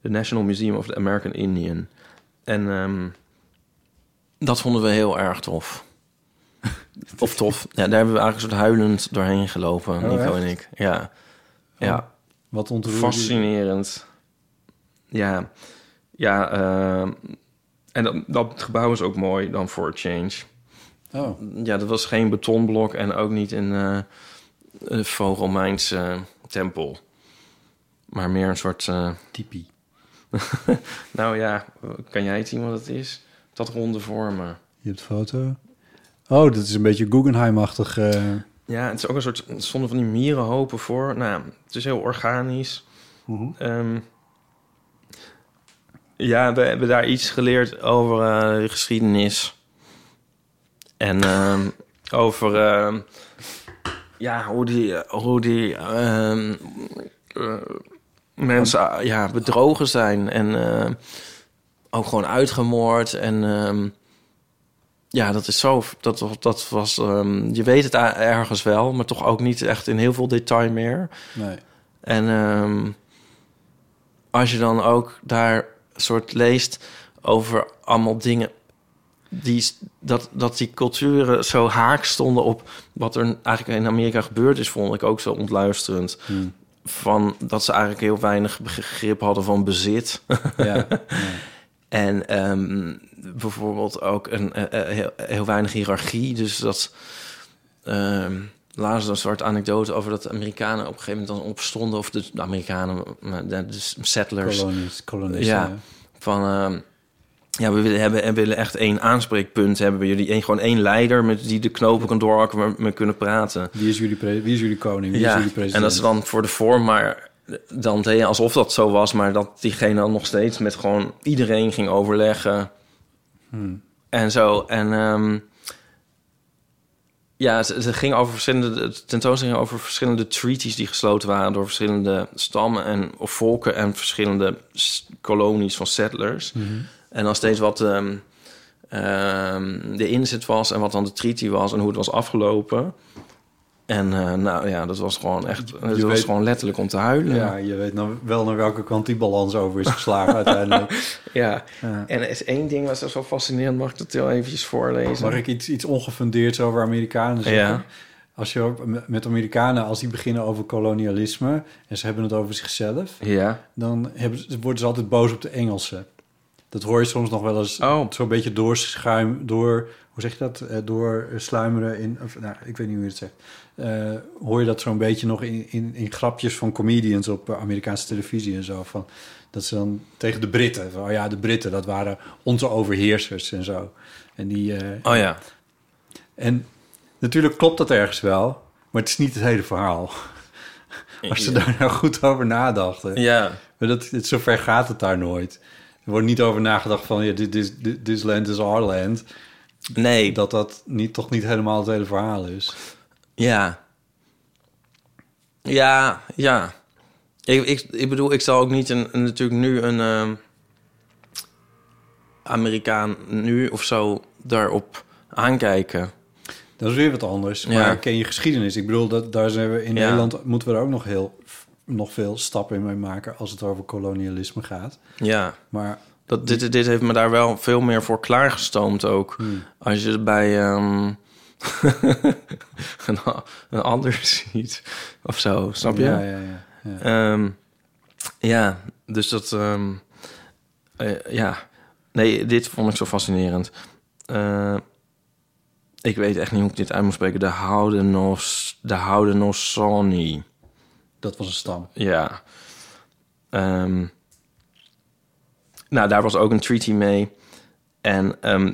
S2: de National Museum of the American Indian. En ehm, dat vonden we heel
S1: (laughs)
S2: erg tof. of tof. Ja, daar hebben we eigenlijk een soort huilend doorheen gelopen, Nico en ik. Ja, ja.
S1: Oh, Wat ontroerde je?
S2: Fascinerend. Ja, ja. eh, en dat, dat gebouw is ook mooi dan voor a change.
S1: Oh,
S2: Ja, dat was geen betonblok en ook niet een eh eh, Vogelmijnse eh, tempel. Maar meer een soort... eh,
S1: tipi.
S2: (laughs) nou ja, kan jij het zien wat het is? Dat ronde vormen.
S1: Je hebt foto. Oh, dat is een beetje Guggenheim-achtig. eh,
S2: Ja, het is ook een soort... Er stonden van die mierenhopen voor. Nou, het is heel organisch. Ehm, ja, we hebben daar iets geleerd over eh, de geschiedenis. En ehm, over ehm, ja, hoe die, hoe die ehm, eh, mensen ah, ja, bedrogen zijn. En ehm, ook gewoon uitgemoord. En ehm, ja, dat is zo. Dat, dat was, ehm, je weet het a- ergens wel, maar toch ook niet echt in heel veel detail meer.
S1: nee.
S2: En ehm, als je dan ook daar soort leest over allemaal dingen die dat, dat die culturen zo haak stonden op wat er eigenlijk in Amerika gebeurd is, vond ik ook zo ontluisterend. Van dat ze eigenlijk heel weinig begrip hadden van bezit. (laughs)
S1: Ja,
S2: En ehm, bijvoorbeeld ook een, eh, eh, heel, heel weinig hiërarchie. Dus dat ehm laatst een soort anekdote over dat de Amerikanen op een gegeven moment dan opstonden. Of de Amerikanen, maar de, de settlers.
S1: kolonies, kolonisten.
S2: ja,
S1: Ja.
S2: van ehm, ja, we willen, hebben, en willen echt één aanspreekpunt hebben. bij Jullie één, gewoon één leider met die de knopen kan doorhakken, waar we mee kunnen praten.
S1: Wie, is jullie pre- wie is jullie koning? Wie is
S2: Ja,
S1: jullie president?
S2: en dat is dan voor de vorm, maar dan deed je alsof dat zo was, maar dat diegene dan nog steeds met gewoon iedereen ging overleggen.
S1: Hmm.
S2: En zo. En ehm, ja, ze, ze ging over verschillende, de tentoonstelling ging over verschillende treaties die gesloten waren door verschillende stammen en of volken en verschillende s- kolonies van settlers.
S1: Mhm.
S2: En dan steeds wat ehm, ehm, de inzet was en wat dan de treaty was en hoe het was afgelopen. En eh, nou ja, dat was gewoon echt, dat was
S1: weet-
S2: gewoon letterlijk om te huilen.
S1: Ja, je weet nou wel naar welke kant die balans over is
S2: (laughs)
S1: geslagen uiteindelijk.
S2: Ja. en er is één ding wat zo fascinerend, mag ik dat heel eventjes voorlezen?
S1: Mag ik iets, iets ongefundeerds over Amerikanen zeggen?
S2: Ja.
S1: Als je op- met Amerikanen, als die beginnen over kolonialisme en ze hebben het over zichzelf,
S2: Ja.
S1: dan hebben, ze- worden ze altijd boos op de Engelsen. Dat hoor je soms nog wel eens
S2: Oh.
S1: zo'n beetje doorschuim, door, hoe zeg je dat? Eh, door sluimeren in, of, nou, ik weet niet hoe je het zegt. Eh, hoor je dat zo'n beetje nog in, in, in grapjes van comedians op eh, Amerikaanse televisie en zo. Van, dat ze dan tegen de Britten, van, oh ja, de Britten, dat waren onze overheersers en zo. En die, eh,
S2: Oh ja.
S1: en natuurlijk klopt dat ergens wel, maar het is niet het hele verhaal. Als ze daar nou goed over nadachten.
S2: Ja.
S1: Maar dat, het, zover gaat het daar nooit. Er wordt niet over nagedacht van, ja, dit is dit this land is our land.
S2: Nee.
S1: Dat dat niet, toch niet helemaal het hele verhaal is.
S2: Ja. Ja, ja. Ik, ik, ik bedoel, ik zal ook niet een, een- natuurlijk nu een ehm, Amerikaan nu of zo daarop aankijken.
S1: Dat is weer wat anders. Maar
S2: Ja.
S1: ik ken je geschiedenis. Ik bedoel, dat, daar zijn we in
S2: Ja.
S1: Nederland moeten we er ook nog, heel, nog veel stappen in mee maken als het over kolonialisme gaat.
S2: Ja.
S1: Maar
S2: Dat, dit, dit heeft me daar wel veel meer voor klaargestoomd ook. Als je het bij ehm, (laughs) een, a- een ander (laughs) ziet of zo, snap je?
S1: ja, ja, ja. ja.
S2: Ehm, ja, dus dat... ehm, eh, ja, nee, dit vond ik zo fascinerend. Eh, Ik weet echt niet hoe ik dit uit moet spreken. De Houdenos... De Houdenosani.
S1: Dat was een stam.
S2: Ja. Ehm, nou, daar was ook een treaty mee. En ehm,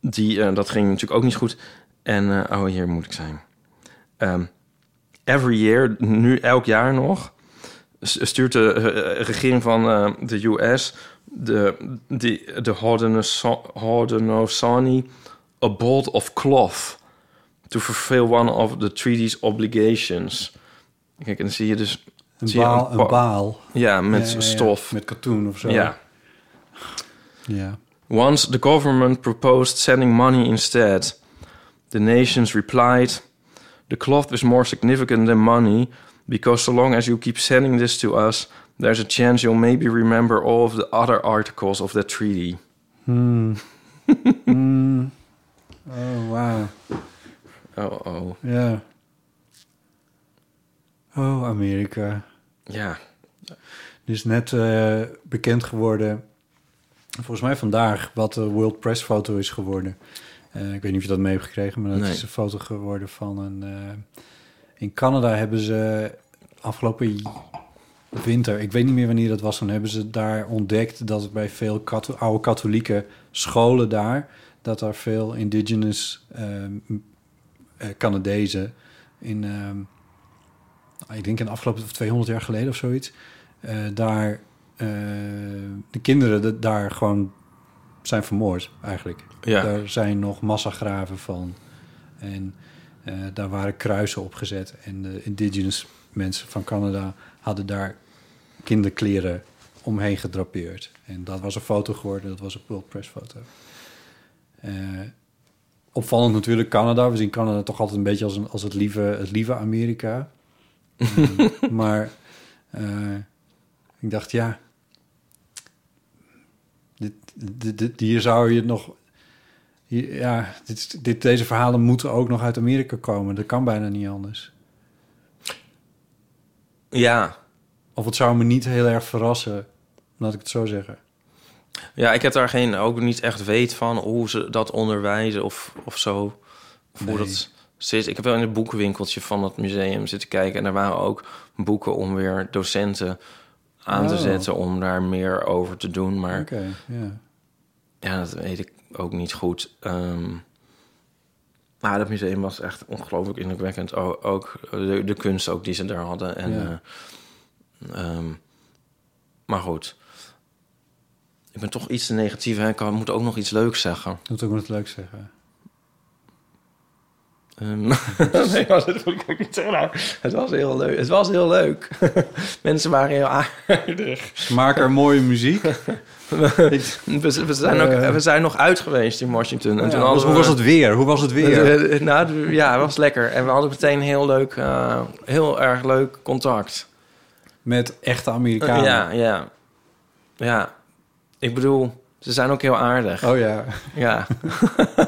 S2: die, eh, dat ging natuurlijk ook niet goed. En, eh, oh, hier moet ik zijn. Ehm, every year, nu elk jaar nog, s- stuurt de eh, regering van eh, de US de, de, de Haudenosa- Haudenosaunee a bolt of cloth to fulfill one of the treaty's obligations. Kijk, en dan zie je dus...
S1: Een
S2: zie je
S1: baal,
S2: pa-
S1: een baal.
S2: ja, met
S1: Ja, ja, ja.
S2: stof.
S1: Met katoen of zo.
S2: Ja.
S1: ja.
S2: Once the government proposed sending money instead, the nations replied, The cloth is more significant than money, because so long as you keep sending this to us, there's a chance you'll maybe remember all of the other articles of that treaty.
S1: Oh, wauw.
S2: Oh, oh.
S1: Ja. Oh, Amerika.
S2: Ja.
S1: Er is net eh, bekend geworden, volgens mij vandaag, wat de World Press foto is geworden. Eh, ik weet niet of je dat mee hebt gekregen, maar dat
S2: Nee.
S1: is een foto geworden van een... eh, in Canada hebben ze afgelopen j- winter, ik weet niet meer wanneer dat was... dan hebben ze daar ontdekt dat bij veel katho- oude katholieke scholen daar... dat er veel indigenous eh, m- eh, Canadezen in... ehm, ik denk in de afgelopen of 200 jaar geleden of zoiets, eh, daar eh, de kinderen de- daar gewoon zijn vermoord eigenlijk.
S2: Ja.
S1: Daar zijn nog massagraven van. En eh, daar waren kruisen opgezet. En de indigenous mensen van Canada hadden daar kinderkleren omheen gedrapeerd. En dat was een foto geworden, dat was een World Press foto. Eh, opvallend natuurlijk Canada. We zien Canada toch altijd een beetje als, een, als het, lieve, het lieve Amerika. Ehm, maar eh, ik dacht, ja... Dit, dit, dit- hier zou je het nog... hier- ja, dit, is- dit, deze verhalen moeten ook nog uit Amerika komen. Dat kan bijna niet anders.
S2: Ja.
S1: Of het zou me niet heel erg verrassen, laat ik het zo zeggen.
S2: Ja, ik heb daar geen, ook niet echt weet van hoe ze dat onderwijzen of, of zo. Of hoe
S1: Nee.
S2: dat zit. Ik heb wel in het boekenwinkeltje van het museum zitten kijken. En daar waren ook boeken om weer docenten aan te
S1: Oh.
S2: zetten om daar meer over te doen. Maar
S1: Oké, ja.
S2: ja, dat weet ik ook niet goed. Ehm maar dat museum was echt ongelooflijk indrukwekkend. O- ook eh, de, de kunst ook die ze daar hadden. En,
S1: Ja.
S2: eh, ehm, maar goed. Ik ben toch iets te negatief. Hè? Ik kan- moet ook nog iets leuks zeggen.
S1: Dat moet ook wat leuk zeggen.
S2: Ehm, (laughs) nee, was het moet ik ook niet zeggen. Nou, het was heel leuk. Het was heel leuk. (laughs) Mensen waren heel aardig.
S1: Ze maken er mooie muziek.
S2: We, (laughs) we zijn ook, we zijn nog uit geweest in Washington. En toen
S1: Oh Ja,
S2: hadden
S1: hoe
S2: we-
S1: was het weer? Hoe was het weer?
S2: Eh, eh, Nou, d- ja, het was lekker. En we hadden meteen heel leuk, eh, heel erg leuk contact.
S1: Met echte Amerikanen.
S2: ja, ja. Ja. Ik bedoel, ze zijn ook heel aardig.
S1: Oh ja.
S2: Ja. (laughs)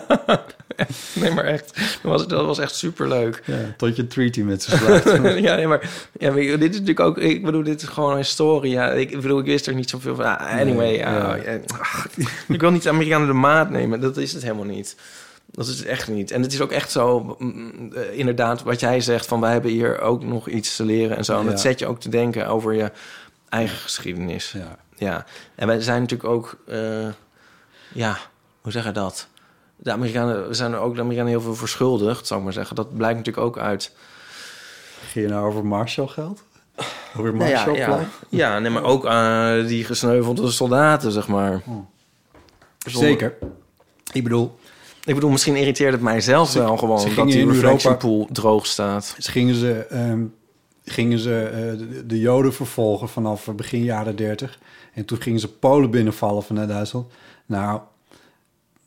S2: nee, maar echt. Dat was, dat was echt superleuk.
S1: ja. Tot je een treaty met ze
S2: (laughs)
S1: slaat.
S2: ja, nee, maar ja, maar dit is natuurlijk ook... Ik bedoel, dit is gewoon een historie. Ja, ik bedoel, ik wist er niet zoveel van. Ah, anyway,
S1: Nee,
S2: ja,
S1: ja.
S2: ja. Ach, ik wil niet de Amerikanen de maat nemen. Dat is het helemaal niet. Dat is het echt niet. En het is ook echt zo, mm, eh, inderdaad, wat jij zegt... van wij hebben hier ook nog iets te leren en zo. En dat
S1: Ja.
S2: zet je ook te denken over je eigen geschiedenis. Ja.
S1: ja.
S2: En wij zijn natuurlijk ook... eh, ja, hoe zeg je dat? De Amerikanen we zijn er ook de Amerikanen heel veel verschuldigd, zou ik maar zeggen. Dat blijkt natuurlijk ook uit...
S1: Ging je nou over Marshall geld? Over
S2: Nou
S1: Marshall
S2: ja, ja. ja nee, maar ook eh, die gesneuvelde soldaten, zeg maar.
S1: Oh. Zeker. Ik bedoel,
S2: Ik bedoel, misschien irriteert het mijzelf wel gewoon...
S1: gingen
S2: dat die
S1: in
S2: reflection
S1: Europa-
S2: pool droog staat. (laughs)
S1: ze gingen ze, ehm, gingen ze eh, de, de Joden vervolgen vanaf begin jaren 30. En toen gingen ze Polen binnenvallen vanuit Duitsland. Nou,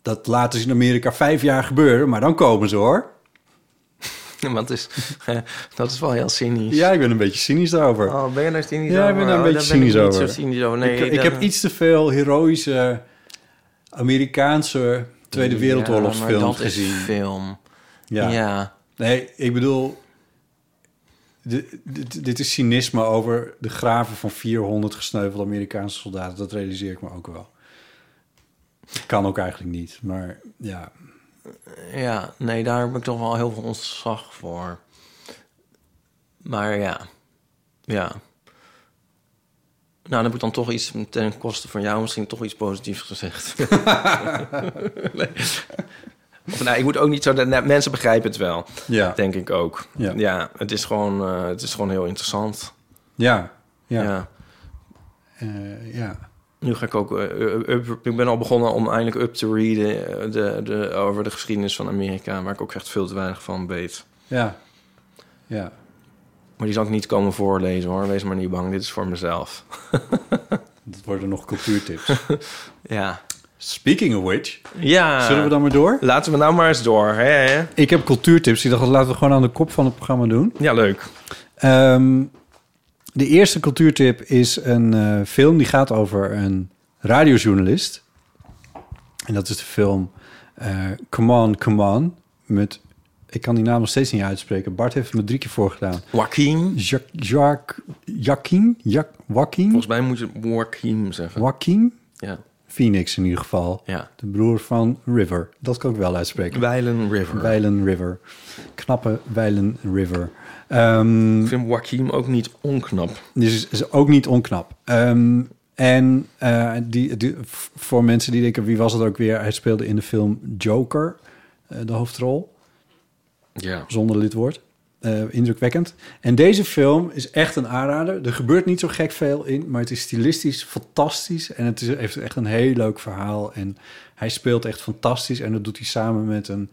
S1: dat laten ze in Amerika vijf jaar gebeuren, maar dan komen ze hoor.
S2: Want het is, eh, dat is wel heel cynisch.
S1: Ja, ik ben een beetje cynisch daarover.
S2: Oh, ben je daar cynisch
S1: Ja, ik
S2: over?
S1: ben daar een
S2: Oh,
S1: beetje
S2: daar ben ik
S1: cynisch
S2: niet
S1: over.
S2: zo cynisch over. Nee,
S1: ik, ik
S2: dat-
S1: heb iets te veel heroïsche Amerikaanse Tweede
S2: ja, maar
S1: Wereldoorlogsfilms
S2: dat
S1: gezien.
S2: Is film. Ja.
S1: Nee, ik bedoel... Dit, dit, dit is cynisme over de graven van 400 gesneuvelde Amerikaanse soldaten. Dat realiseer ik me ook wel. Kan ook eigenlijk niet, maar ja.
S2: ja, nee, daar heb ik toch wel heel veel ontzag voor. Maar ja, ja. Nou, dan heb ik dan toch iets ten koste van jou misschien toch iets positiefs
S1: (laughs)
S2: gezegd. nee. Of, nou, ik moet ook niet zo... nou, mensen begrijpen het wel,
S1: Ja.
S2: denk ik ook.
S1: Ja.
S2: Ja, het, is gewoon, eh, het is gewoon heel interessant.
S1: Ja. Ja.
S2: Ja.
S1: Ja. Eh, ja.
S2: Nu ga ik ook... eh, up- ik ben al begonnen om eindelijk up te readen eh, de, de, over de geschiedenis van Amerika... waar ik ook echt veel te weinig van weet.
S1: Ja. Ja.
S2: Maar die zal ik niet komen voorlezen hoor. Wees maar niet bang, dit is voor mezelf.
S1: Dat worden nog cultuurtips.
S2: Ja.
S1: Speaking of which,
S2: Ja.
S1: zullen we dan maar door?
S2: Laten we nou maar eens door. Hè?
S1: Ik heb cultuurtips. Ik dacht, dat laten we gewoon aan de kop van het programma doen.
S2: Ja, leuk.
S1: Ehm, de eerste cultuurtip is een eh, film die gaat over een radiojournalist. En dat is de film eh, Come On, Come On. Met, ik kan die naam nog steeds niet uitspreken. Bart heeft me drie keer voorgedaan.
S2: Joaquin.
S1: Jacques, Jacques, Joaquin? Jac- Joaquin?
S2: Volgens mij moet je Joaquin zeggen.
S1: Joaquin?
S2: Ja.
S1: Phoenix in ieder geval.
S2: Ja.
S1: De broer van River. Dat kan ik wel uitspreken.
S2: Weilen River.
S1: Weilen River. Knappe Weilen River. Ehm
S2: Ik vind Joaquin ook niet onknap.
S1: Dus is, is ook niet onknap. Ehm, en eh, die, die- v- voor mensen die denken, wie was het ook weer? Hij speelde in de film Joker, eh, de hoofdrol,
S2: Ja.
S1: zonder lidwoord. Eh, indrukwekkend. En deze film is echt een aanrader. Er gebeurt niet zo gek veel in, maar het is stilistisch fantastisch. En het is, heeft echt een heel leuk verhaal. En hij speelt echt fantastisch. En dat doet hij samen met een...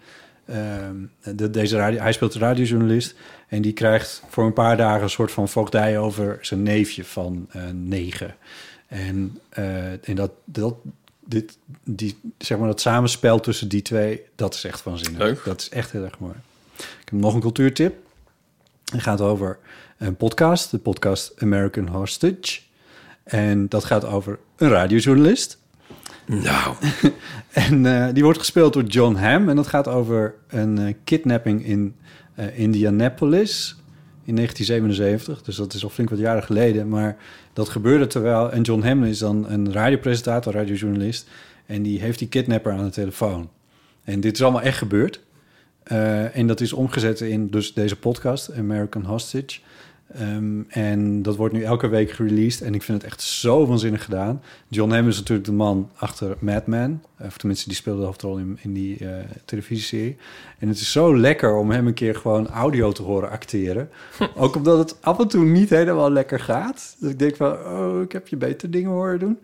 S1: ehm, de, deze radio, hij speelt een radiojournalist. En die krijgt voor een paar dagen een soort van voogdij over zijn neefje van eh, negen. En, eh, en dat, dat, dit, die, zeg maar dat samenspel tussen die twee, dat is echt waanzinnig.
S2: Leuk.
S1: Dat is echt heel erg mooi. Ik heb nog een cultuurtip. Het gaat over een podcast, de podcast American Hostage. En dat gaat over een radiojournalist.
S2: Nou. (laughs)
S1: (laughs) En eh, die wordt gespeeld door John Hamm. En dat gaat over een eh, kidnapping in eh, Indianapolis in 1977. Dus dat is al flink wat jaren geleden. Maar dat gebeurde terwijl... En John Hamm is dan een radiopresentator, radiojournalist. En die heeft die kidnapper aan de telefoon. En dit is allemaal echt gebeurd. Eh, en dat is omgezet in dus deze podcast, American Hostage. Ehm, en dat wordt nu elke week gereleased. En ik vind het echt zo waanzinnig gedaan. John Hamm is natuurlijk de man achter Mad Men. Of tenminste, die speelde de hoofdrol in, in die eh, televisieserie. En het is zo lekker om hem een keer gewoon audio te horen acteren. Ook omdat het af en toe niet helemaal lekker gaat. Dus ik denk van, oh, ik heb je beter dingen horen doen.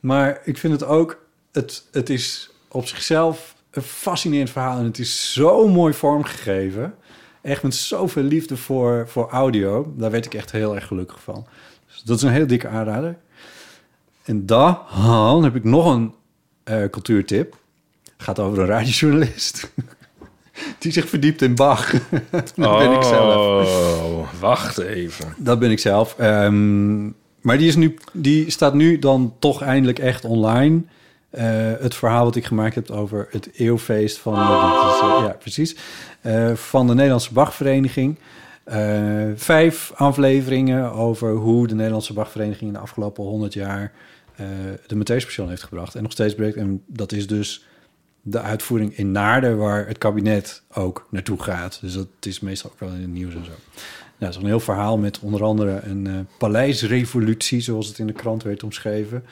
S1: Maar ik vind het ook, het, het is op zichzelf een fascinerend verhaal. En het is zo mooi vormgegeven. Echt met zoveel liefde voor, voor audio. Daar werd ik echt heel erg gelukkig van. Dus dat is een heel dikke aanrader. En dan heb ik nog een eh, cultuurtip. Gaat over een (laughs) radiojournalist. Die zich verdiept in Bach. (laughs) dat ben ik zelf.
S2: Oh, wacht even.
S1: Dat ben ik zelf. Ehm, maar die, is nu, die staat nu dan toch eindelijk echt online. Eh, het verhaal wat ik gemaakt heb over het eeuwfeest van de, dat is, eh, ja, precies, Eh, van de Nederlandse Bachvereniging. Eh, vijf afleveringen over hoe de Nederlandse Bachvereniging in de afgelopen 100 jaar eh, de Matthäuspassion heeft gebracht en nog steeds breekt. En dat is dus de uitvoering in Naarden, waar het kabinet ook naartoe gaat. Dus dat is meestal ook wel in het nieuws en zo. Nou, zo'n heel verhaal met onder andere een eh, paleisrevolutie, zoals het in de krant werd omschreven.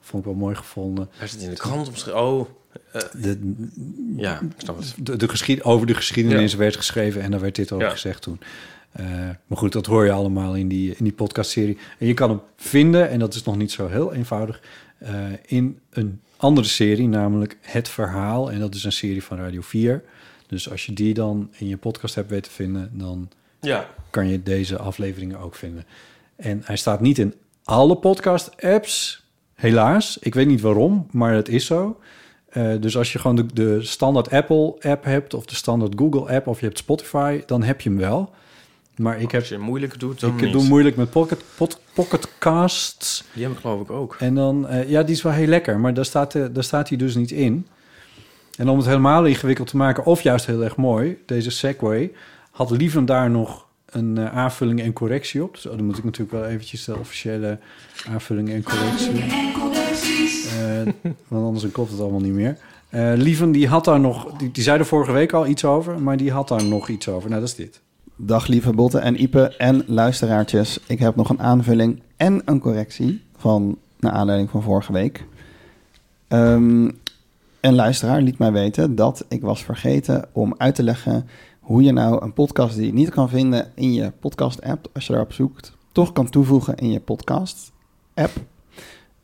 S1: Vond ik wel mooi gevonden.
S2: Hij zit in de krant omschreven. Oh,
S1: De,
S2: ja, ik snap het.
S1: de, de geschied, over de geschiedenis werd geschreven en daar werd dit over
S2: Ja.
S1: gezegd toen. Eh, maar goed, dat hoor je allemaal in die, in die podcastserie. En je kan hem vinden, en dat is nog niet zo heel eenvoudig, eh, in een andere serie, namelijk Het Verhaal. En dat is een serie van Radio 4. Dus als je die dan in je podcast hebt weten te vinden, dan
S2: Ja.
S1: kan je deze afleveringen ook vinden. En hij staat niet in alle podcast-apps, helaas. Ik weet niet waarom, maar het is zo. Eh, dus als je gewoon de, de standaard Apple-app hebt... of de standaard Google-app of je hebt Spotify, dan heb je hem wel. Maar ik heb...
S2: Als je moeilijk doet, dan
S1: Ik
S2: niet.
S1: doe moeilijk met pocket, pod, pocketcasts.
S2: Die heb ik geloof ik ook.
S1: En dan, eh, ja, die is wel heel lekker, maar daar staat, eh, daar staat hij dus niet in. En om het helemaal ingewikkeld te maken, of juist heel erg mooi, deze Segway, had Lieven daar nog een eh, aanvulling en correctie op. Dus oh, dan moet ik natuurlijk wel eventjes de officiële aanvulling en correctie. Eh, want anders dan klopt het allemaal niet meer. Eh, Lieven, die had daar nog... Die, die zei er vorige week al iets over, maar die had daar nog iets over. Nou, dat is dit.
S3: Dag lieve Botte en Ipe en luisteraartjes. Ik heb nog een aanvulling en een correctie van naar aanleiding van vorige week. Ehm, een luisteraar liet mij weten dat ik was vergeten om uit te leggen hoe je nou een podcast die je niet kan vinden in je podcast-app, als je daarop zoekt, toch kan toevoegen in je podcast-app.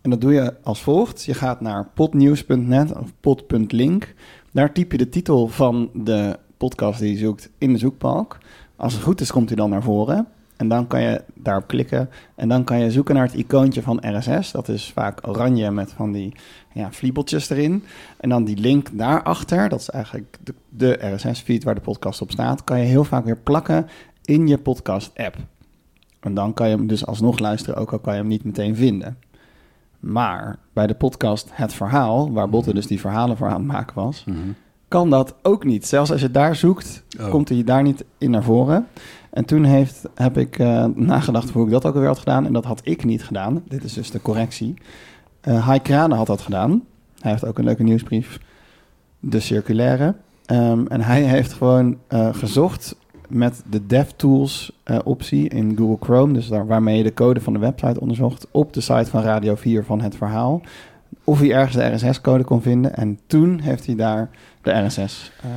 S3: En dat doe je als volgt. Je gaat naar podnieuws.net of pod.link. Daar typ je de titel van de podcast die je zoekt in de zoekbalk. Als het goed is, komt hij dan naar voren. En dan kan je daarop klikken. En dan kan je zoeken naar het icoontje van RSS. Dat is vaak oranje met van die ja, vliebeltjes erin. En dan die link daarachter, dat is eigenlijk de, de RSS-feed waar de podcast op staat, kan je heel vaak weer plakken in je podcast-app. En dan kan je hem dus alsnog luisteren, ook al kan je hem niet meteen vinden. Maar bij de podcast Het Verhaal, waar Botte dus die verhalen voor aan het maken was, kan dat ook niet. Zelfs als je daar zoekt,
S1: Oh.
S3: komt hij daar niet in naar voren. En toen heeft, heb ik eh, nagedacht hoe ik dat ook alweer had gedaan. En dat had ik niet gedaan. Dit is dus de correctie. Eh Hai Kranen had dat gedaan. Hij heeft ook een leuke nieuwsbrief. De circulaire. Ehm, en hij heeft gewoon eh, gezocht met de DevTools eh, optie in Google Chrome. Dus daar, waarmee je de code van de website onderzocht. Op de site van Radio 4 van het verhaal. Of hij ergens de RSS-code kon vinden. En toen heeft hij daar de RSS eh,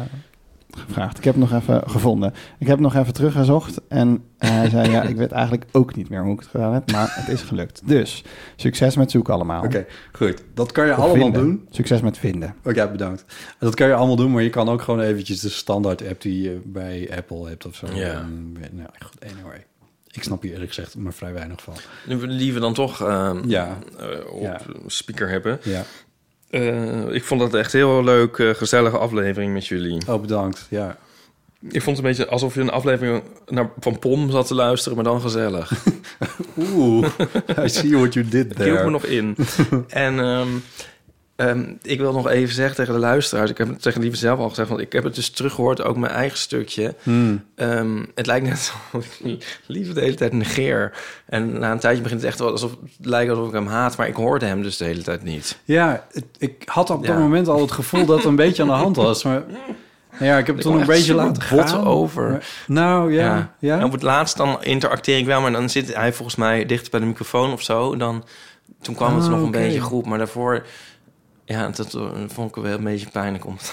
S3: gevraagd. Ik heb hem nog even gevonden. Ik heb hem nog even teruggezocht. En eh, hij zei, ja, ik weet eigenlijk ook niet meer hoe ik het gedaan heb. Maar het is gelukt. Dus, succes met zoeken allemaal.
S1: Oké, goed. Dat kan je
S3: Of
S1: allemaal
S3: vinden.
S1: doen.
S3: Succes met vinden.
S1: Oké, bedankt. Dat kan je allemaal doen, maar je kan ook gewoon eventjes de standaard app die je bij Apple hebt of zo.
S2: Ja.
S1: Ehm, nou, goed, anyway. Ik snap hier eerlijk gezegd maar vrij weinig van.
S2: Nu we liever dan toch eh,
S1: Ja,
S2: eh, op
S1: Ja.
S2: speaker hebben.
S1: ja.
S2: Eh, ik vond dat echt heel leuk, eh, gezellige aflevering met jullie.
S1: Oh, bedankt. Ja.
S2: Ik vond het een beetje alsof je een aflevering naar, van Pom zat te luisteren, maar dan gezellig.
S1: Oeh, (laughs) I see what you did
S2: Ik hield
S1: there.
S2: me nog in. en ehm, ehm, ik wil nog even zeggen tegen de luisteraars... ik heb het tegen Lieve zelf al gezegd... want ik heb het dus teruggehoord, ook mijn eigen stukje. Ehm, het lijkt net alsof ik Lieve de hele tijd negeer. En na een tijdje begint het echt wel alsof... het lijkt alsof ik hem haat, maar ik hoorde hem dus de hele tijd niet.
S1: Ja, het- ik had op dat
S2: Ja.
S1: moment al het gevoel dat het een beetje aan de hand was.
S2: (laughs)
S1: Maar nou ja, ik heb het
S2: kwam
S1: toen een
S2: echt
S1: beetje
S2: super
S1: laten
S2: bot
S1: gaan.
S2: over.
S1: Maar- nou ja, ja.
S2: En op het laatst dan interacteer ik wel... maar dan zit hij volgens mij dicht bij de microfoon of zo. Dan, toen kwam het
S1: Ah,
S2: nog een
S1: oké.
S2: beetje goed, maar daarvoor... Ja, dat eh, vond ik wel een beetje pijnlijk om (laughs) te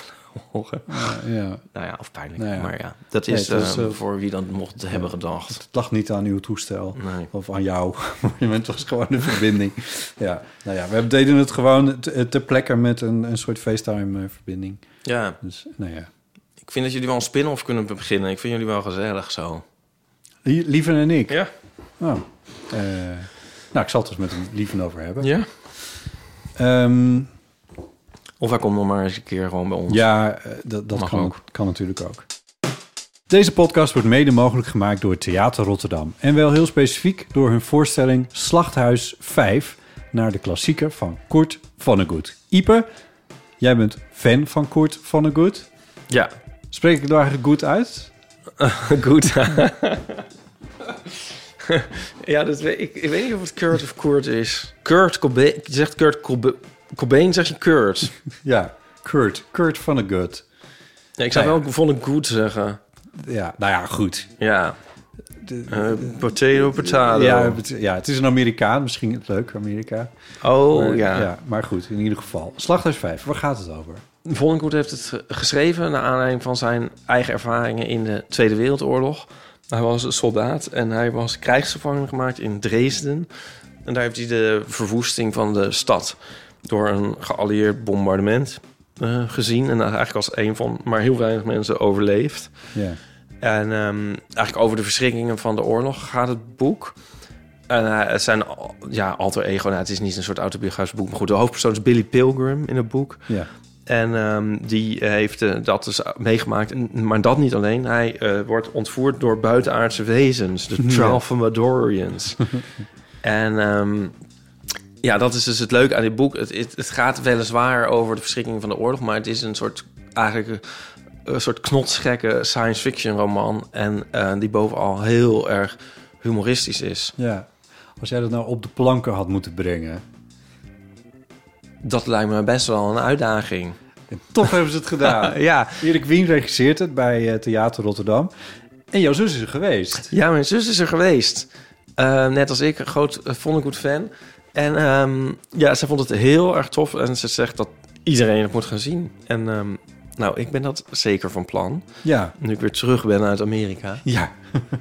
S2: horen.
S1: ja.
S2: Nou ja, of pijnlijk.
S1: Nou ja.
S2: Maar ja, dat
S1: Nee,
S2: is,
S1: het was,
S2: eh,
S1: eh,
S2: voor wie dat mocht hebben gedacht.
S1: Het lag niet aan uw toestel
S2: Nee.
S1: of aan jou. (laughs) Het was gewoon een verbinding. Ja, nou ja, we deden het gewoon te- eh, ter plekke met een, een soort FaceTime-verbinding.
S2: Ja,
S1: Dus, nou ja.
S2: ik vind dat jullie wel een spin-off kunnen beginnen. Ik vind jullie wel gezellig zo.
S1: Lie- Lieven en ik.
S2: Ja.
S1: Oh. Eh, nou, ik zal het dus met een Lieven over hebben.
S2: Ja.
S1: Ehm,
S2: Of hij komt nog maar eens een keer gewoon bij ons.
S1: Ja, eh, dat, dat
S2: Mag
S1: kan,
S2: ook.
S1: kan natuurlijk ook. Deze podcast wordt mede mogelijk gemaakt door Theater Rotterdam. En wel heel specifiek door hun voorstelling Slachthuis 5 naar de klassieker van Kurt Vonnegut. Ipe, jij bent fan van Kurt Vonnegut.
S2: ja.
S1: Spreek ik daar eigenlijk goed uit?
S2: goed. ja, dat weet, ik, ik weet niet of het Kurt of Kurt is. Kurt Cobain, je zegt Kurt Cobain, Cobain zeg je Kurt.
S1: Ja, Kurt. Kurt Vonnegut.
S2: Ja, ik zou
S1: Nee.
S2: wel Vonnegut goed zeggen.
S1: Ja, nou ja, goed.
S2: Ja. Eh, potato, potato.
S1: Ja, het, ja, het is een Amerikaan. Misschien het leuk, Amerika.
S2: oh,
S1: Maar-
S2: ja.
S1: ja. Maar goed, in ieder geval. Slachthuis 5, waar gaat het over?
S2: Vonnegut heeft het ge- geschreven naar aanleiding van zijn eigen ervaringen in de Tweede Wereldoorlog. Hij was een soldaat en hij was krijgsgevangen gemaakt in Dresden. En daar heeft hij de verwoesting van de stad door een geallieerd bombardement eh, gezien. En eigenlijk als een van maar heel weinig mensen overleefd.
S1: Ja.
S2: En ehm, eigenlijk over de verschrikkingen van de oorlog gaat het boek. En eh, het zijn al- ja, alter ego. Nou, het is niet een soort autobiografisch boek. Maar goed, de hoofdpersoon is Billy Pilgrim in het boek.
S1: ja.
S2: En ehm, die heeft eh, dat dus meegemaakt. En- Maar dat niet alleen. Hij eh, wordt ontvoerd door buitenaardse wezens. De Tralfamadorians. en ehm, ja, dat is dus het leuke aan dit boek. Het, het, het gaat weliswaar over de verschrikking van de oorlog. Maar het is een soort... Eigenlijk een, een soort knotsgekke science fiction roman. En eh, die bovenal heel erg humoristisch is.
S1: Ja. Als jij dat nou op de planken had moeten brengen.
S2: Dat lijkt me best wel een uitdaging.
S1: En toch hebben ze het (laughs) gedaan.
S2: Ja.
S1: Erik Wien regisseert het bij eh, Theater Rotterdam. En jouw zus is er geweest.
S2: Ja, mijn zus is er geweest. Eh, net als ik, een groot uh, Vonnegut fan. En ehm, ja, ze vond het heel erg tof. En ze zegt dat iedereen het moet gaan zien. En ehm, nou, ik ben dat zeker van plan.
S1: Ja.
S2: Nu ik weer terug ben uit Amerika.
S1: Ja. (laughs)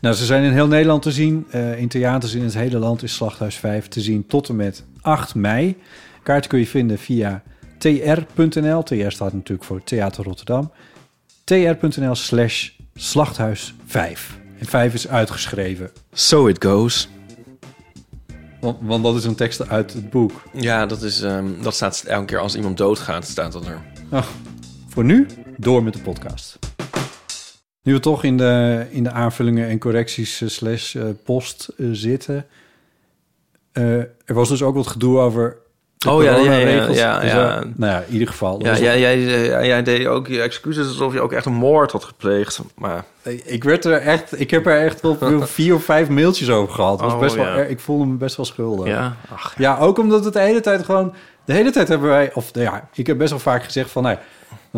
S1: nou, ze zijn in heel Nederland te zien. Eh, in theaters in het hele land is Slachthuis 5 te zien tot en met 8 mei. Kaart kun je vinden via tr.nl. TR staat natuurlijk voor Theater Rotterdam. tr.nl slash slachthuis 5. En 5 is uitgeschreven.
S2: So it goes.
S1: Want, want dat is een tekst uit het boek.
S2: Ja, dat, is, ehm, dat staat elke keer als iemand doodgaat, staat dat er.
S1: Ach, voor nu, door met de podcast. Nu we toch in de, in de aanvullingen en correcties eh, slash eh, post eh, zitten. eh, er was dus ook wat gedoe over de
S2: Oh, ja, ja, ja,
S1: coronaregels.
S2: ja,
S1: Dus,
S2: ja.
S1: eh, nou ja, in ieder geval. dat
S2: Ja,
S1: was-
S2: jij, jij, eh, jij- jij deed ook je excuses alsof je ook echt een moord had gepleegd. Maar
S1: eh, Ik, werd er echt, ik heb er echt
S2: (laughs)
S1: wel vier of vijf mailtjes over gehad. Het Was
S2: Oh,
S1: best wel,
S2: ja.
S1: erg- Ik voelde me best wel schuldig.
S2: ja, ach,
S1: Ja, ook omdat het de hele tijd gewoon... De hele tijd hebben wij... Of nou ja, ik heb best wel vaak gezegd van... Nou, ja,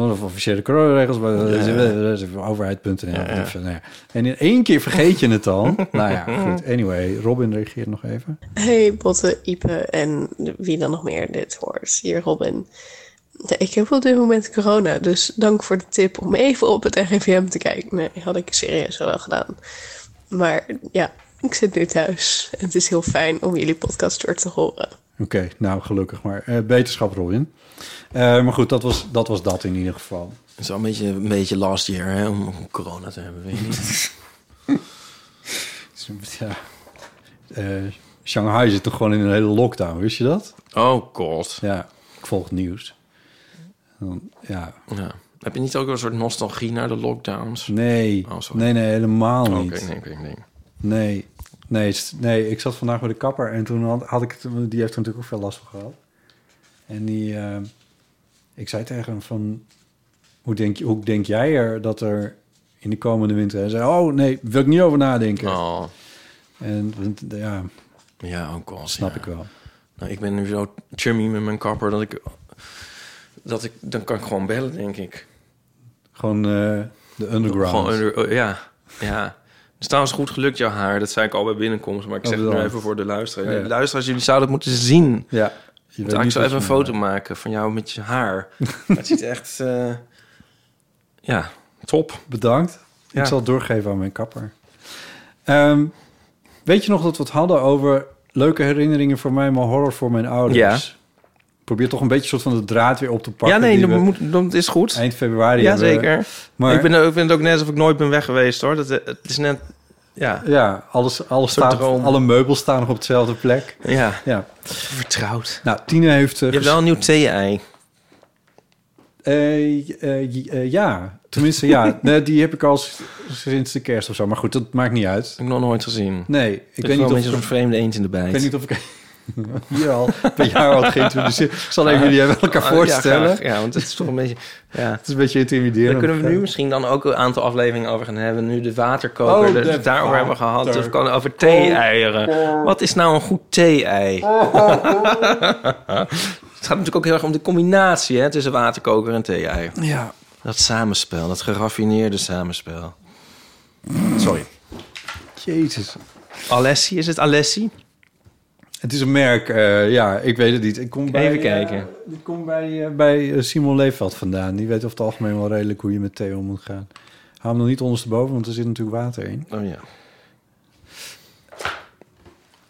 S1: of officiële coronaregels, maar overheid.nl. of, nou ja. En in één keer vergeet je het dan.
S2: (laughs)
S1: nou ja, goed. Anyway, Robin reageert nog even.
S4: Hey Botte, Ipe en wie dan nog meer dit hoort. Hier Robin. Nee, ik heb op dit moment corona, dus dank voor de tip om even op het RIVM te kijken. Nee, had ik serieus wel gedaan. Maar ja, ik zit nu thuis. En het is heel fijn om jullie podcast weer te horen.
S1: Oké, nou gelukkig maar. Eh, beterschap, Robin. Eh, maar goed, dat was, dat was dat in ieder geval.
S2: Het is wel een beetje, een beetje last year hè, om om corona te hebben, weet je niet.
S1: Ja. Eh, Shanghai zit toch gewoon in een hele lockdown, wist je dat?
S2: Oh god.
S1: Ja, ik volg het nieuws. Dan- Ja,
S2: Ja. Heb je niet ook een soort nostalgie naar de lockdowns?
S1: nee.
S2: Oh, sorry.
S1: nee, nee, helemaal
S2: Oké,
S1: niet.
S2: nee, nee, nee.
S1: Nee, nee, s- nee. Ik zat vandaag bij de kapper en toen had, had ik het, die heeft er natuurlijk ook veel last van gehad. En die, eh, ik zei tegen hem van, hoe denk, je- hoe denk jij er dat er in de komende winter? Hij zei, oh nee, wil ik niet over nadenken.
S2: Oh,
S1: En want, ja,
S2: ja, oh god.
S1: snap
S2: ja.
S1: ik wel.
S2: Nou, ik ben nu zo chummy met mijn kapper dat ik, dat ik... Dan kan ik gewoon bellen, denk ik.
S1: Gewoon eh, de underground.
S2: Gewoon under- oh, ja, ja. Het is trouwens goed gelukt, jouw haar. Dat zei ik al bij binnenkomst, maar ik
S1: Oh,
S2: zeg het nu
S1: bedankt.
S2: even voor de luisteraars.
S1: Ja.
S2: De Luisteraars, jullie zouden het moeten zien.
S1: ja. Je
S2: Ik zou
S1: niet
S2: even
S1: wat
S2: een
S1: je-
S2: foto maken van jou met je
S1: (laughs)
S2: haar. het ziet echt... eh, ja, top.
S1: Bedankt.
S2: Ja.
S1: Ik zal het doorgeven aan mijn kapper. Ehm, weet je nog dat we het hadden over leuke herinneringen voor mij, maar horror voor mijn ouders? Probeer toch een beetje soort van de draad weer op te pakken.
S2: ja, nee,
S1: die
S2: dat,
S1: we
S2: moet, dat is goed.
S1: eind februari
S2: ja,
S1: hebben.
S2: zeker.
S1: Maar
S2: Ik, ben, ik vind het ook net alsof ik nooit ben weg geweest, hoor. Dat, eh, het is net... Ja,
S1: ja, alles, alles
S2: soort
S1: staat,
S2: droom.
S1: alle meubels staan nog op dezelfde plek.
S2: ja.
S1: Ja.
S2: Vertrouwd.
S1: Nou, Tine heeft... eh,
S2: Je hebt wel een nieuw thee-ei.
S1: Eh, eh, j- eh, ja, tenminste
S2: (laughs)
S1: ja. nee, die heb ik al s- sinds de kerst of zo. Maar goed, dat maakt niet uit.
S2: Heb ik nog nooit gezien.
S1: Nee, ik
S2: Ik
S1: weet
S2: ben
S1: niet
S2: wel
S1: of...
S2: een beetje zo'n vreemde eend in de bijt.
S1: Ik weet niet of ik
S2: (laughs)
S1: hier al bij jou had geïntroduceerd. Ik zal even jullie even elkaar
S2: Ah,
S1: voorstellen.
S2: Ja, graag. ja, want het is toch een beetje... Ja.
S1: Het is een beetje intimiderend.
S2: Daar kunnen we nu misschien dan ook een aantal afleveringen over gaan hebben. Nu de waterkoker,
S1: Oh,
S2: dat
S1: de
S2: we het daarover hebben gehad. Dus we
S1: waterkoker.
S2: kunnen over thee-eieren. Wat is nou een goed
S1: (laughs)
S2: thee-ei? Het gaat natuurlijk ook heel erg om de combinatie hè, tussen waterkoker en thee-ei.
S1: Ja.
S2: Dat samenspel, dat geraffineerde samenspel.
S1: Sorry. Jezus.
S2: Alessi, is het Alessi?
S1: Het is een merk, eh, ja, ik weet het niet. Ik kom bij,
S2: Even
S1: eh,
S2: kijken.
S1: ik kom bij, eh, bij eh, Simon Leefveld vandaan. Die weet over het algemeen wel redelijk hoe je met thee om moet gaan. Hou hem nog niet ondersteboven, want er zit natuurlijk water in.
S2: Oh ja.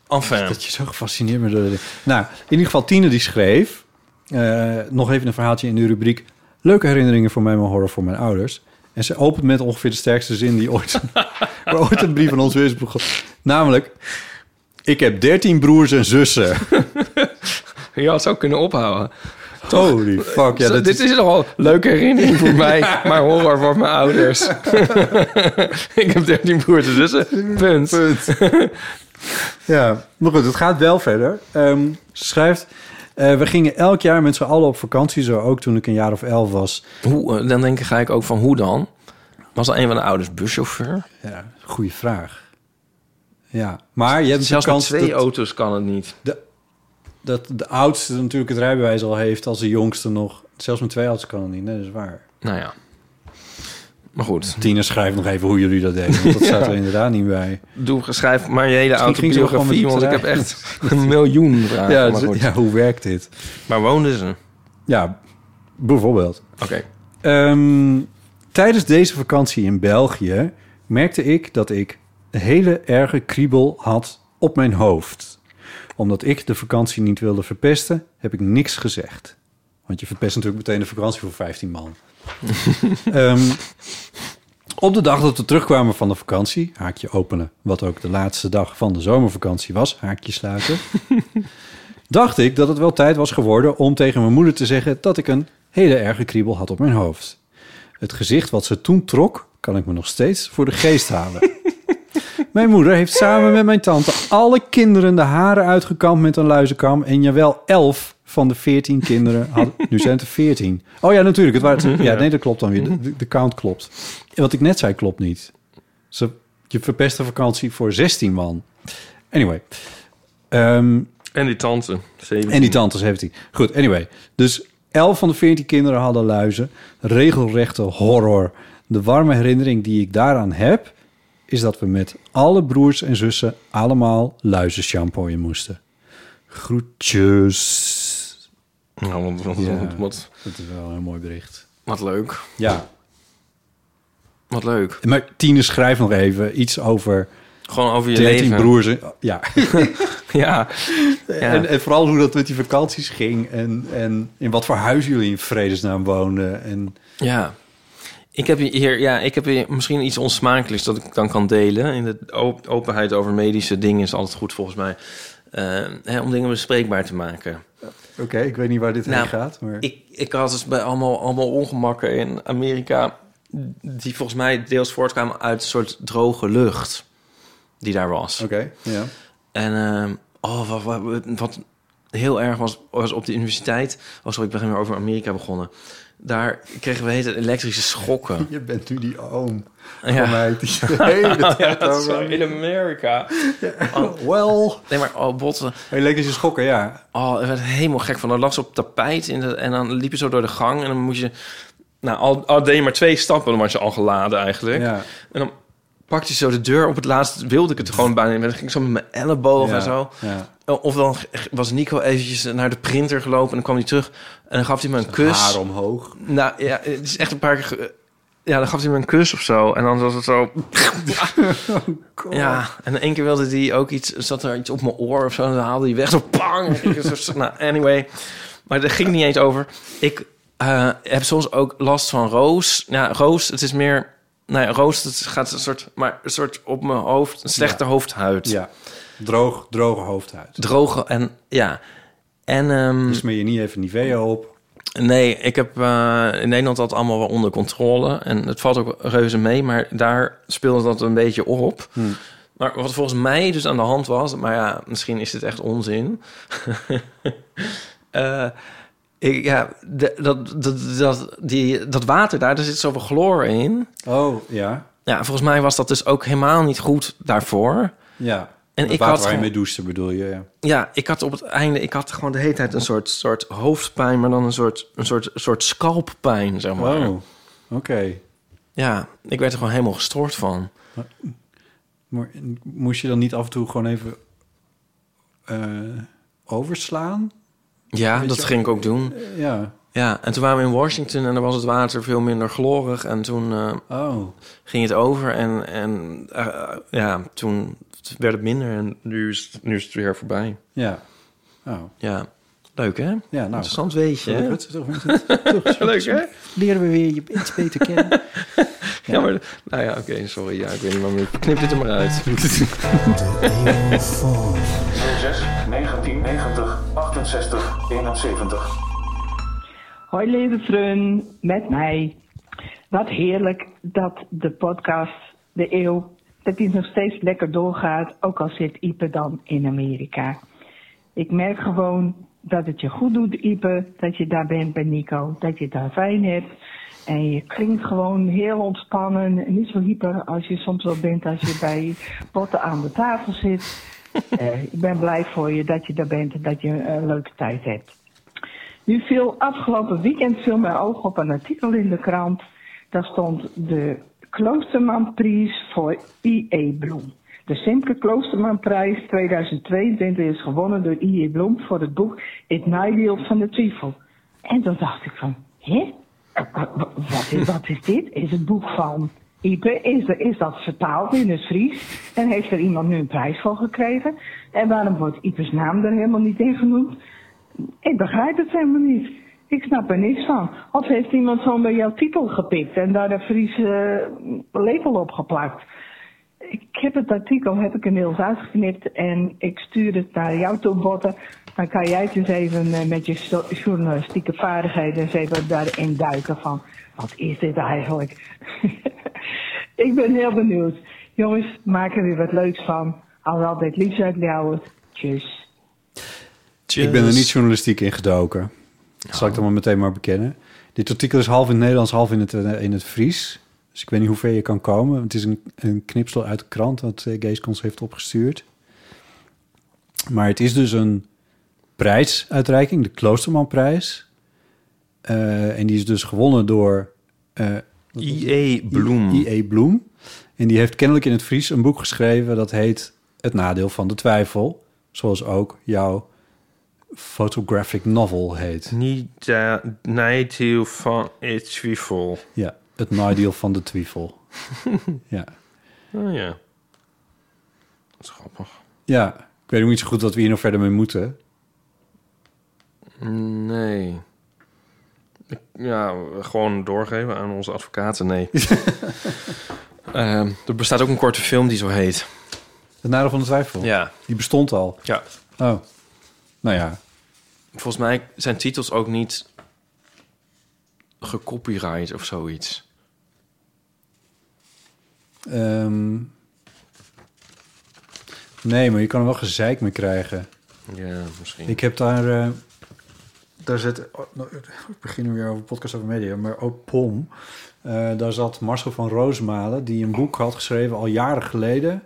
S2: Enfin.
S1: Dat je zo gefascineerd bent door de Nou, in ieder geval Tine die schreef... eh, nog even een verhaaltje in de rubriek... Leuke herinneringen voor mij, maar horror voor mijn ouders. En ze opent met ongeveer de sterkste zin die
S2: (laughs)
S1: ooit... waar ooit een brief van ons is begonnen. Namelijk... Ik heb dertien broers en
S2: (laughs)
S1: zussen.
S2: Je had het ook kunnen ophouden.
S1: Holy fuck. Ja,
S2: Zo,
S1: dat
S2: dit is nogal een leuke herinnering voor
S1: (laughs)
S2: mij, maar horror voor mijn ouders. ik heb 13 broers en zussen. Punt.
S1: Ja, maar goed, het gaat wel verder. Ehm, ze schrijft... eh, we gingen elk jaar met z'n allen op vakantie, zo ook toen ik een jaar of elf was.
S2: Hoe, eh, dan denk ik, ga ik ook van hoe dan? Was al een van de ouders buschauffeur?
S1: Ja, goede vraag. Ja, maar je hebt
S2: Zelfs
S1: de
S2: met
S1: kans
S2: twee
S1: dat-
S2: auto's kan het niet.
S1: dat de oudste natuurlijk het rijbewijs al heeft als de jongste nog Zelfs met twee auto's kan het niet, nee, dat is waar.
S2: Nou ja. Maar goed,
S1: Tina schrijft nog even hoe jullie dat deden.
S2: (laughs)
S1: Want dat staat er inderdaad niet bij.
S2: doe, schrijf maar je hele
S1: ging ze wel gewoon
S2: autobiografie,
S1: met
S2: want ik heb
S1: trein.
S2: echt een (laughs) miljoen vragen.
S1: ja,
S2: maar,
S1: dus-
S2: goed.
S1: ja, hoe werkt dit?
S2: maar woonden ze?
S1: Ja, bijvoorbeeld.
S2: Oké.
S1: Ehm, tijdens deze vakantie in België merkte ik dat ik een hele erge kriebel had op mijn hoofd. Omdat ik de vakantie niet wilde verpesten, heb ik niks gezegd. Want je verpest natuurlijk meteen de vakantie voor 15 man. Ehm, op de dag dat we terugkwamen van de vakantie, haakje openen, wat ook de laatste dag van de zomervakantie was, haakje sluiten, dacht ik dat het wel tijd was geworden om tegen mijn moeder te zeggen dat ik een hele erge kriebel had op mijn hoofd. Het gezicht wat ze toen trok, kan ik me nog steeds voor de geest halen. Mijn moeder heeft samen met mijn tante alle kinderen de haren uitgekamd met een luizenkam. En jawel, elf van de veertien kinderen hadden... Nu zijn het er veertien. Oh ja, natuurlijk. Het waren, ja, nee, dat klopt dan weer. De- De, de count klopt. En wat ik net zei, klopt niet. Ze, je verpest de vakantie voor 16 man. Anyway. Ehm,
S2: En die tante.
S1: en die tante 17. Goed, anyway. Dus 11 van de 14 kinderen hadden luizen. Regelrechte horror. De warme herinnering die ik daaraan heb... is dat we met alle broers en zussen... allemaal luizen shampooien moesten. Groetjes.
S2: Nou, wat, wat,
S1: Ja.
S2: wat, wat,
S1: Dat is wel een mooi bericht.
S2: wat leuk.
S1: Ja,
S2: Wat leuk.
S1: maar Tine schrijft nog even iets over...
S2: Gewoon over je
S1: 13
S2: leven.
S1: broers. en- Ja.
S2: Ja. (laughs) Ja.
S1: En, en vooral hoe dat met die vakanties ging. En, en in wat voor huis jullie in vredesnaam woonden. En
S2: Ja. Ik heb hier, ja, ik heb hier misschien iets onsmakelijks dat ik dan kan delen. In de op- openheid over medische dingen is altijd goed volgens mij. Eh, hè, om dingen bespreekbaar te maken.
S1: Oké, ik weet niet waar dit
S2: Nou,
S1: heen gaat. Maar...
S2: Ik, ik had dus bij allemaal, allemaal ongemakken in Amerika... die volgens mij deels voortkwamen uit een soort droge lucht die daar was.
S1: Oké, ja.
S2: En ehm, oh, wat, wat, wat heel erg was, was op de universiteit... Oh, sorry, ik ben weer over Amerika begonnen. Daar kregen we hete elektrische
S1: (laughs)
S2: schokken.
S1: Je bent nu die oom
S2: Ja.
S1: van mij
S2: (laughs)
S1: die de hele tijd
S2: Ja, dat is
S1: over- Oh,
S2: zo in Amerika.
S1: Wel.
S2: Nee, maar oh, botten.
S1: Hey, lekker is je schokken, ja.
S2: Oh, ik werd helemaal gek van. Dan lag ze op tapijt in de, en dan liep je zo door de gang. En dan moest je... Nou, al, al deed je maar twee stappen, dan was je al geladen eigenlijk.
S1: Ja.
S2: En dan pakte je zo de deur op het laatst. Wilde ik het gewoon bijna niet meer. Dan ging ik zo met mijn elleboog
S1: ja,
S2: en zo.
S1: Ja.
S2: Of dan was Nico eventjes naar de printer gelopen. En dan kwam hij terug. En dan gaf hij me een kus.
S1: Haar omhoog.
S2: Nou ja, het is echt een paar keer... ge- Ja, dan gaf hij me een kus of zo. En dan was het
S1: (laughs)
S2: zo... Ja, en één keer wilde hij ook iets... Zat er iets op mijn oor of zo. En dan haalde hij weg. Zo
S1: (laughs)
S2: pang. Ik zo- nou, anyway. Maar daar ging niet eens over. Ik eh, heb soms ook last van roos. Ja, roos, het is meer... Nou ja, roos, het gaat een soort... Maar een soort op mijn hoofd... Een slechte hoofdhuid.
S1: Ja. Droog, droge hoofdhuid.
S2: Droge en... Ja. En... ehm,
S1: Dus smeer je niet even Nivea op.
S2: Nee, ik heb eh, in Nederland dat allemaal wel onder controle. En het valt ook reuze mee, maar daar speelde dat een beetje op. Maar wat volgens mij dus aan de hand was... maar ja, misschien is dit echt onzin. (laughs) Eh, ik, ja, de- dat, dat, dat, die, dat water daar, daar zit zoveel chloor in.
S1: Oh, ja.
S2: Ja, volgens mij was dat dus ook helemaal niet goed daarvoor.
S1: Ja.
S2: En
S1: Het
S2: ik
S1: water
S2: had
S1: waar je
S2: gewoon-
S1: mee douchen bedoel je, ja.
S2: Ja, ik had op het einde, ik had gewoon de hele tijd een soort, soort hoofdpijn... maar dan een soort, een soort, soort scalppijn, zeg maar.
S1: Wow. Oh, Oké.
S2: Ja, ik werd er gewoon helemaal gestoord van.
S1: Maar moest je dan niet af en toe gewoon even eh, overslaan?
S2: Ja,
S1: Weet
S2: dat
S1: je-
S2: ging ik ook doen.
S1: Eh, ja.
S2: Ja, en toen waren we in Washington en daar was het water veel minder glorig. En toen eh,
S1: Oh.
S2: ging het over en, en eh, ja, toen werd het minder en nu is, het- nu is het weer voorbij.
S1: Ja. Oh.
S2: Ja, leuk hè?
S1: Ja, nou.
S2: Interessant weetje. hè?
S1: Leuk, toch? Toch,
S2: Leuk hè?
S1: (laughs) leren we weer je iets beter kennen.
S2: Ja, maar, nou ja, oké, sorry. Ja, ik weet niet waarom ik knip dit er maar
S1: (laughs)
S2: uit.
S5: 06 1990 68 71.
S6: Hoi lieve vriend, met mij. Wat heerlijk dat de podcast De Eeuw, dat die nog steeds lekker doorgaat, ook al zit Ipe dan in Amerika. Ik merk gewoon dat het je goed doet, Ipe, dat je daar bent bij Nico, dat je het daar fijn hebt. En je klinkt gewoon heel ontspannen, niet zo hyper als je soms wel bent als je bij botten aan de tafel zit. Eh, ik ben blij voor je dat je daar bent en dat je een leuke tijd hebt. Nu viel afgelopen weekend viel mijn oog op een artikel in de krant. Daar stond de Kloostermanprijs voor I.E. Bloem. De Simke Kloostermanprijs 2022 is gewonnen door I.E. Bloem voor het boek Het Naaiwiel van de Twijfel. En toen dacht ik van, hè? Wat is, wat is dit? Is het boek van Ipe? Is, er- is dat vertaald in het Fries? En heeft er iemand nu een prijs voor gekregen? En waarom wordt Ipe's naam er helemaal niet in genoemd? Ik begrijp het helemaal niet. Ik snap er niks van. Of heeft iemand gewoon bij jouw titel gepikt en daar een Friese label op geplakt? Ik heb het artikel heb ik inmiddels uitgeknipt en ik stuur het naar jou toe, Botte. Dan kan jij het eens even eh, met je so- journalistieke vaardigheden eens even daarin duiken van... Wat is dit eigenlijk? (laughs) ik ben heel benieuwd. Jongens, maak er weer wat leuks van. Al altijd liefst uit Ljouwen. Tjus.
S1: (laughs) Ik ben er niet journalistiek in gedoken. Dat zal ik dan maar meteen maar bekennen. Dit artikel is half in het Nederlands, half in het, eh, in het Fries. Dus ik weet niet hoe ver je kan komen. Het is een, een knipsel uit de krant dat eh, Geeskons heeft opgestuurd. Maar het is dus een prijsuitreiking, de Kloostermanprijs. Eh, en die is dus gewonnen door... eh,
S2: I.E. E Bloem.
S1: I.E. Bloem. En die heeft kennelijk in het Fries een boek geschreven... dat heet Het Nadeel van de Twijfel. Zoals ook jouw photographic novel heet.
S2: Niet uh, nadeel van het zwivel.
S1: Ja, Het Nadeel van de
S2: (laughs)
S1: Twijfel. ja.
S2: Oh ja. Dat is grappig.
S1: ja, ik weet ook niet zo goed wat we hier nog verder mee moeten.
S2: Nee. Ik- Ja, gewoon doorgeven aan onze advocaten, (laughs) nee. Ehm, er bestaat ook een korte film die zo heet.
S1: Het Nadeel van de Twijfel?
S2: Ja.
S1: Die bestond al.
S2: Ja.
S1: Oh, nou ja.
S2: Volgens mij zijn titels ook niet gecopyright of zoiets.
S1: Ehm, nee, maar je kan er wel gezeik mee krijgen.
S2: Ja, misschien.
S1: Ik heb daar... eh, daar zit... oh, nou, we beginnen weer over podcast over media, maar ook POM. Eh, daar zat Marcel van Roosmalen, die een boek had geschreven al jaren geleden.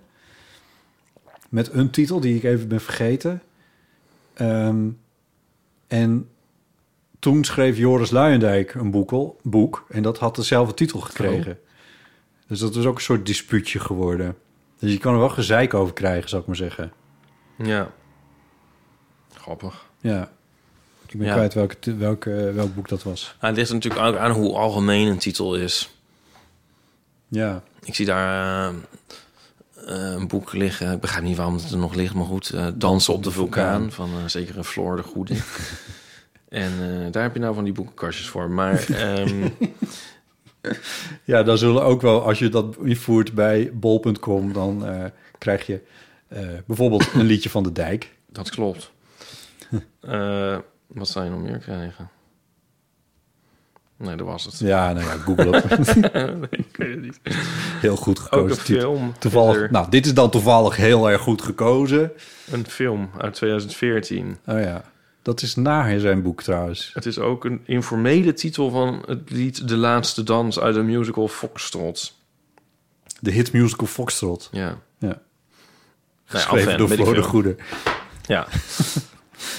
S1: Met een titel die ik even ben vergeten. Ehm, en toen schreef Joris Luijendijk een boekel, boek. En dat had dezelfde titel gekregen. Dus dat is ook een soort dispuutje geworden. Dus je kan er wel gezeik over krijgen, zou ik maar zeggen.
S2: Ja. Grappig.
S1: Ja. Ik ben
S2: Ja.
S1: kwijt welke, t- welke, eh, welk boek dat was.
S2: Ah, het ligt er natuurlijk ook aan hoe algemeen een titel is.
S1: Ja.
S2: Ik zie daar eh, eh, een boek liggen. Ik begrijp niet waarom het er nog ligt, maar goed. eh, Dansen op de vulkaan van eh, zeker een Floor de Goede. (laughs) en eh, daar heb je nou van die boekenkastjes voor.
S1: (laughs)
S2: Maar ehm,
S1: Ja, dan zullen ook wel, als je dat invoert bij bol.com, dan eh, krijg je eh, bijvoorbeeld een liedje van de dijk.
S2: dat klopt. Eh, wat zou je nog meer krijgen? Nee, dat was het.
S1: Ja, nou ja, google het.
S2: (laughs) Nee, ik weet het niet.
S1: (laughs) Heel goed gekozen.
S2: Ook een
S1: titel.
S2: film. is
S1: Toevallig,
S2: er.
S1: nou, dit is dan toevallig heel erg goed gekozen.
S2: Een film uit 2014.
S1: Oh ja, dat is na zijn boek trouwens.
S2: Het is ook een informele titel van het lied De Laatste Dans uit de musical Foxtrot.
S1: De hit musical Foxtrot.
S2: Ja.
S1: Ja.
S2: Nou ja,
S1: Geschreven
S2: af en,
S1: door
S2: weet ik
S1: Floor de
S2: veel.
S1: Goede.
S2: Ja.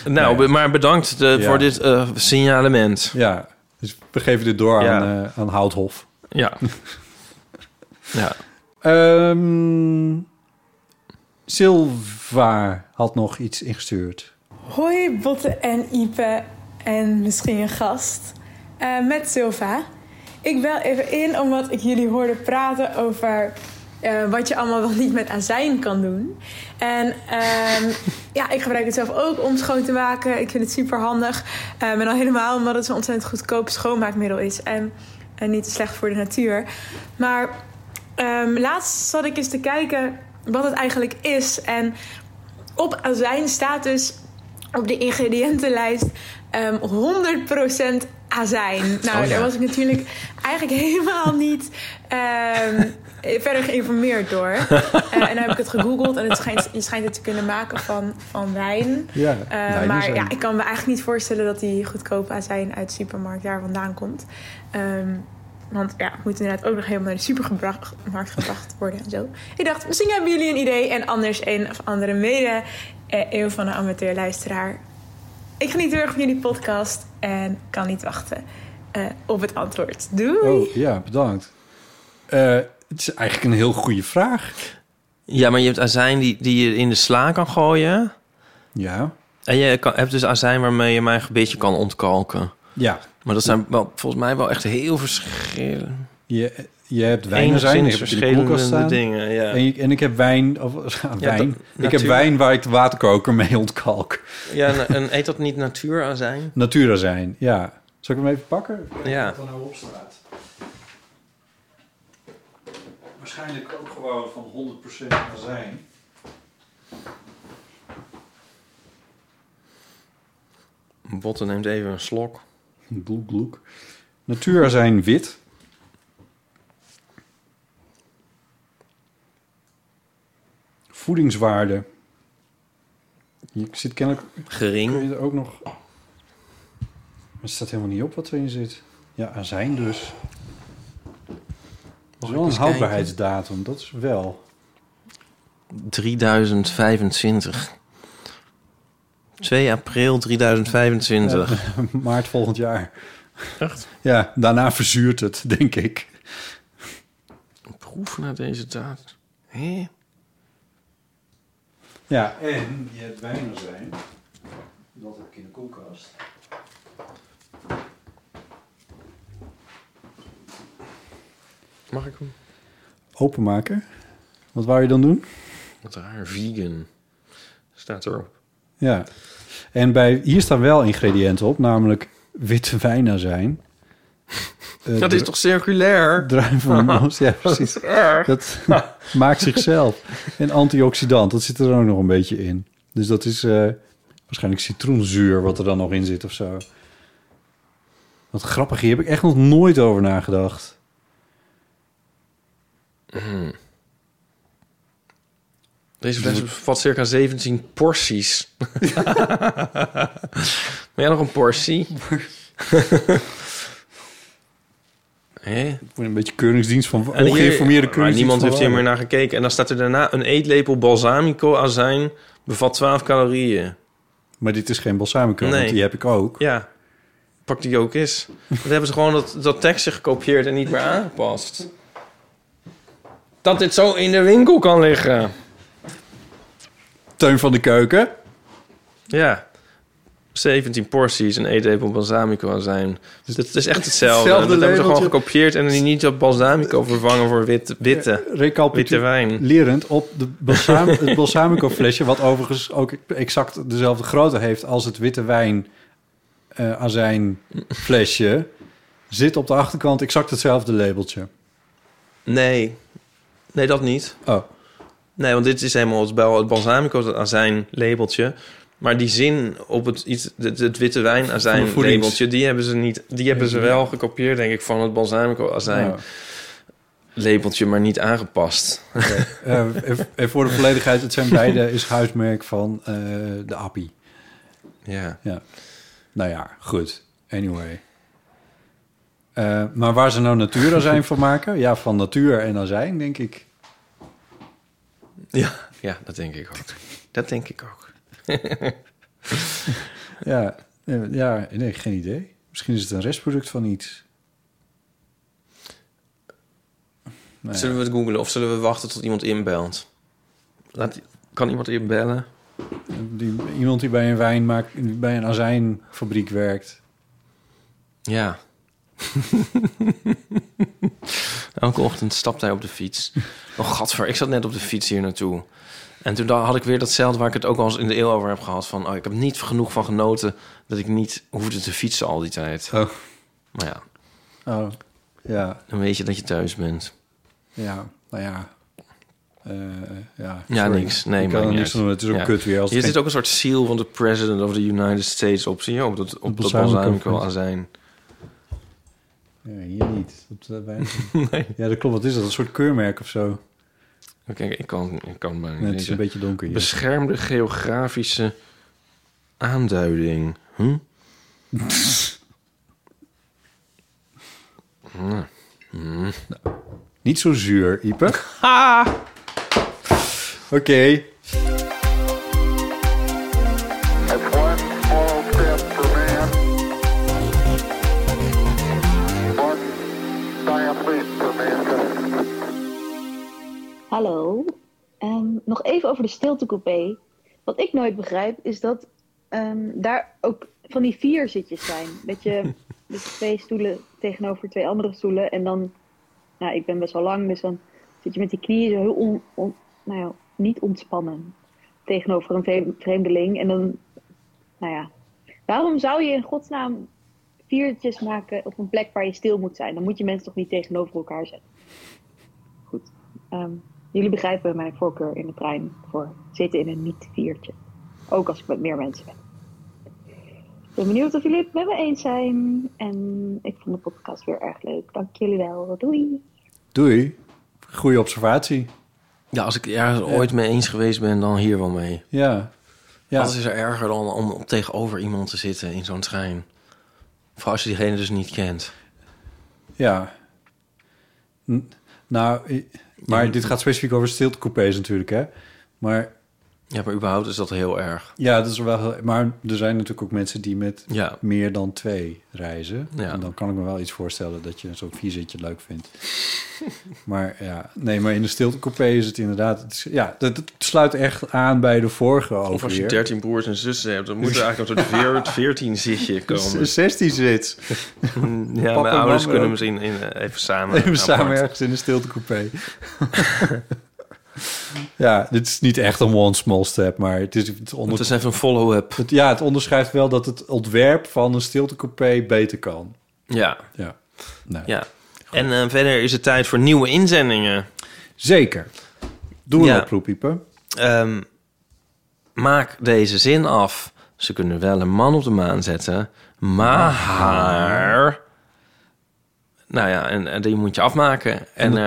S2: (laughs) nou, be- maar bedankt eh,
S1: Ja.
S2: voor dit eh, signalement.
S1: Ja, dus we geven dit door
S2: Ja.
S1: aan, eh, aan Houthof.
S2: Ja. (laughs) ja.
S1: Ehm, Silva had nog iets ingestuurd.
S7: Hoi Botte en Ipe en misschien een gast. Eh, met Silva. Ik bel even in omdat ik jullie hoorde praten over eh, wat je allemaal wel niet met azijn kan doen. En ehm, ja, ik gebruik het zelf ook om schoon te maken. Ik vind het super handig. en al helemaal omdat het een ontzettend goedkoop schoonmaakmiddel is. En, en niet te slecht voor de natuur. Maar ehm, laatst zat ik eens te kijken wat het eigenlijk is. En op azijn staat dus op de ingrediëntenlijst ehm 100% azijn. Nou,
S2: ja.
S7: daar was ik natuurlijk eigenlijk helemaal niet ehm, verder geïnformeerd door. Eh, en dan heb ik het gegoogeld en het schijnt, je schijnt het te kunnen maken van, van wijn.
S1: Ja,
S7: Eh,
S1: wijnazijn.
S7: maar ja, ik kan me eigenlijk niet voorstellen dat die goedkope azijn uit de supermarkt daar vandaan komt. Ehm, want ja, het moet inderdaad ook nog helemaal naar de supermarkt gebracht worden en zo. Ik dacht, misschien hebben jullie een idee en anders een of andere mede eh, eeuw van een amateurluisteraar Ik geniet heel erg van jullie podcast en kan niet wachten eh, op het antwoord. Doei!
S1: Oh, ja, bedankt. Eh, het is eigenlijk een heel goede vraag.
S2: Ja, maar je hebt azijn die, die je in de sla kan gooien.
S1: Ja.
S2: En je kan, hebt dus azijn waarmee je mijn gebitje kan ontkalken.
S1: Ja.
S2: Maar dat zijn wel, volgens mij wel echt heel verschillende...
S1: Je, je hebt wijn zijn, je hebt in de koelkast staan.
S2: dingen, ja.
S1: En, ik- en ik heb wijn, of (laughs) wijn.
S2: dat-
S1: ik heb
S2: natuur-
S1: wijn waar ik de waterkoker mee ontkalk.
S2: Ja, na- en eet dat niet natuurazijn?
S1: Natura zijn, ja. Zal ik hem even pakken?
S2: Ja.
S1: dan nou op staat. Waarschijnlijk ook gewoon van 100% azijn.
S2: Botten neemt even een slok.
S1: Gloek, gloek. Natuurazijn wit. Voedingswaarde. Je zit kennelijk...
S2: Gering.
S1: Kun je er ook nog... Maar het staat helemaal niet op wat erin zit. Ja, azijn dus. Dat is wel een
S2: eens kijken?
S1: houdbaarheidsdatum, dat is wel.
S2: 3025. 2 april 3025.
S1: Ja, (laughs) maart volgend jaar. Echt? Ja, daarna verzuurt het, denk ik.
S2: Proef naar deze daad. Hé?
S1: Ja, en je hebt wijnazijn. Dat heb ik in de koelkast.
S2: Mag ik hem?
S1: Openmaken. Wat wou je dan doen?
S2: Wat raar, vegan. Staat erop.
S1: Ja. En bij, hier staan wel ingrediënten op, namelijk witte
S2: (laughs)
S1: wijnazijn. Eh,
S2: dat is
S1: dru-
S2: toch circulair? (laughs)
S1: Druivenmoos, ja precies.
S2: Dat is erg.
S1: Dat (laughs) maakt zichzelf. En antioxidant, dat zit er ook nog een beetje in. Dus dat is eh, waarschijnlijk citroenzuur wat er dan nog in zit of zo. Wat grappig, hier heb ik echt nog nooit over nagedacht.
S2: Hmm. Deze fles bevat circa 17
S1: (laughs)
S2: porties. maar jij nog een
S1: (laughs)
S2: portie? Hé?
S1: Ik word een beetje keuringsdienst van
S2: En hier-
S1: ongeïnformeerde
S2: maar
S1: keuringsdienst.
S2: niemand
S1: van
S2: heeft hier meer
S1: waarde.
S2: naar gekeken. En dan staat er daarna een eetlepel balsamico azijn bevat 12 calorieën.
S1: Maar dit is geen balsamico, want
S2: Nee.
S1: die heb ik ook.
S2: Ja, pak die ook eens. Dan hebben ze gewoon dat, dat tekstje gekopieerd en niet meer aangepast. Dat dit zo in de winkel kan liggen.
S1: Teun van de Keuken.
S2: Ja. 17 porties, een eetlepel balsamico azijn. Dus het is
S1: (laughs)
S2: echt hetzelfde.
S1: Hetzelfde
S2: dat hebben ze gewoon
S1: labeltje.
S2: gekopieerd en die niet dat balsamico vervangen voor wit, witte. Witte wijn.
S1: Lerend op de balsam, het balsamico flesje, wat overigens ook exact dezelfde grootte heeft als het witte wijn eh azijn flesje, zit op de achterkant exact hetzelfde labeltje.
S2: Nee. Nee, dat niet.
S1: Oh.
S2: Nee, want dit is helemaal het, bal- het balsamico dat azijn labeltje. Maar die zin op het, iets, het, het witte wijn azijn
S1: Van de voedings-
S2: labeltje, die hebben ze niet. Die hebben ze wel gekopieerd, denk ik, van het balsamico azijn
S1: Oh.
S2: labeltje, maar niet aangepast.
S1: Eh, en- en voor de volledigheid, het zijn beide is huismerk van eh, de Appie.
S2: Ja.
S1: ja. Nou ja, goed. Anyway. Eh, maar waar ze nou natuurazijn van maken? Ja, van natuur en azijn, denk ik.
S2: Ja. ja, dat denk ik ook. Dat denk ik ook.
S1: Ja, eh, ja nee, geen idee. Misschien is het een restproduct van iets. Nou ja.
S2: Zullen we het googlen of zullen we wachten tot iemand inbelt? Laat, kan iemand inbellen?
S1: Die, iemand die bij een wijn maakt, bij een azijnfabriek werkt.
S2: Ja. (laughs) Elke ochtend stapt hij op de fiets. Oh, gadver, ik zat net op de fiets hier naartoe. En toen da- had ik weer datzelfde waar ik het ook al eens in de eeuw over heb gehad. Van, oh, ik heb niet genoeg van genoten dat ik niet hoefde te fietsen al die tijd. Maar ja,
S1: Oh, ja,
S2: dan weet je dat je thuis bent.
S1: ja, nou ja. Eh, ja,
S2: Ja,
S1: sorry.
S2: niks. Nee,
S1: ik
S2: maar
S1: kan er niks aan doen. Het is ook kut weer. Als
S2: Hier
S1: het
S2: zit
S1: geen-
S2: ook een soort seal van de President of the United States op. Zie je op dat, op dat
S1: balsamico
S2: balsamico
S1: flesje.
S2: azijn.
S1: Ja, hier niet. Dat, eh, bijna-
S2: (laughs)
S1: Ja, dat klopt. Wat is dat? Een soort keurmerk of zo?
S2: Oké, ik kan, ik kan bijna niet
S1: Nee, het is
S2: lezen.
S1: een beetje donker hier.
S2: Beschermde geografische aanduiding. Hm? Nou. Hm.
S1: Niet zo zuur,
S2: (laughs)
S1: Ipe. Oké.
S8: That's one small step Ehm, over de stiltecoupé. Wat ik nooit begrijp, is dat ehm, daar ook van die vier zitjes zijn. Dat je dus twee stoelen tegenover twee andere stoelen. En dan, nou, ik ben best wel lang, dus dan zit je met die knieën zo heel on, on- nou ja, niet ontspannen tegenover een vreem- vreemdeling. En dan, nou ja, waarom zou je in godsnaam viertjes maken op een plek waar je stil moet zijn? Dan moet je mensen toch niet tegenover elkaar zetten. Goed. Ehm, jullie begrijpen mijn voorkeur in de trein voor zitten in een niet-viertje. Ook als ik met meer mensen ben. Ik ben benieuwd of jullie het met me eens zijn. En ik vond de podcast weer erg leuk. Dank jullie wel. Doei.
S1: Doei. Goeie observatie.
S2: Ja, als ik ergens ooit mee eens geweest ben, dan hier wel mee.
S1: Ja. Ja.
S2: Wat is er erger dan om tegenover iemand te zitten in zo'n trein? Vooral als je diegene dus niet kent.
S1: Ja. N- nou, i- maar dit gaat specifiek over stiltecoupés natuurlijk, hè? Maar
S2: Ja, maar überhaupt is dat heel erg.
S1: ja, dat is wel. heel- Maar er zijn natuurlijk ook mensen die met
S2: Ja.
S1: meer dan twee reizen.
S2: Ja.
S1: En dan kan ik me wel iets voorstellen dat je zo'n vierzitje leuk vindt. (laughs) maar ja, nee, maar in de stiltecoupé is het inderdaad. het is- ja, dat, dat sluit echt aan bij de vorige over.
S2: Of als je 13 broers en zussen hebt, dan moet er eigenlijk (laughs) een soort veer- 14 (laughs) zitje komen.
S1: 16 zit.
S2: Dus Ja, mijn ouders kunnen misschien in, eh, even samen.
S1: Even
S2: apart.
S1: samen ergens in de stiltecoupé. (laughs) ja, dit is niet echt een one small step, maar het is... Het, onder...
S2: Het is even een follow-up.
S1: Het- Ja, het onderschrijft wel dat het ontwerp van een stiltecoupé beter kan.
S2: Ja.
S1: Ja.
S2: ja. En eh, verder is het tijd voor nieuwe inzendingen.
S1: Zeker. Doe een
S2: Ja.
S1: oproep, Ipe.
S2: Ehm, maak deze zin af. Ze kunnen wel een man op de maan zetten, maar haar... Nou ja, en, en die moet je afmaken. En,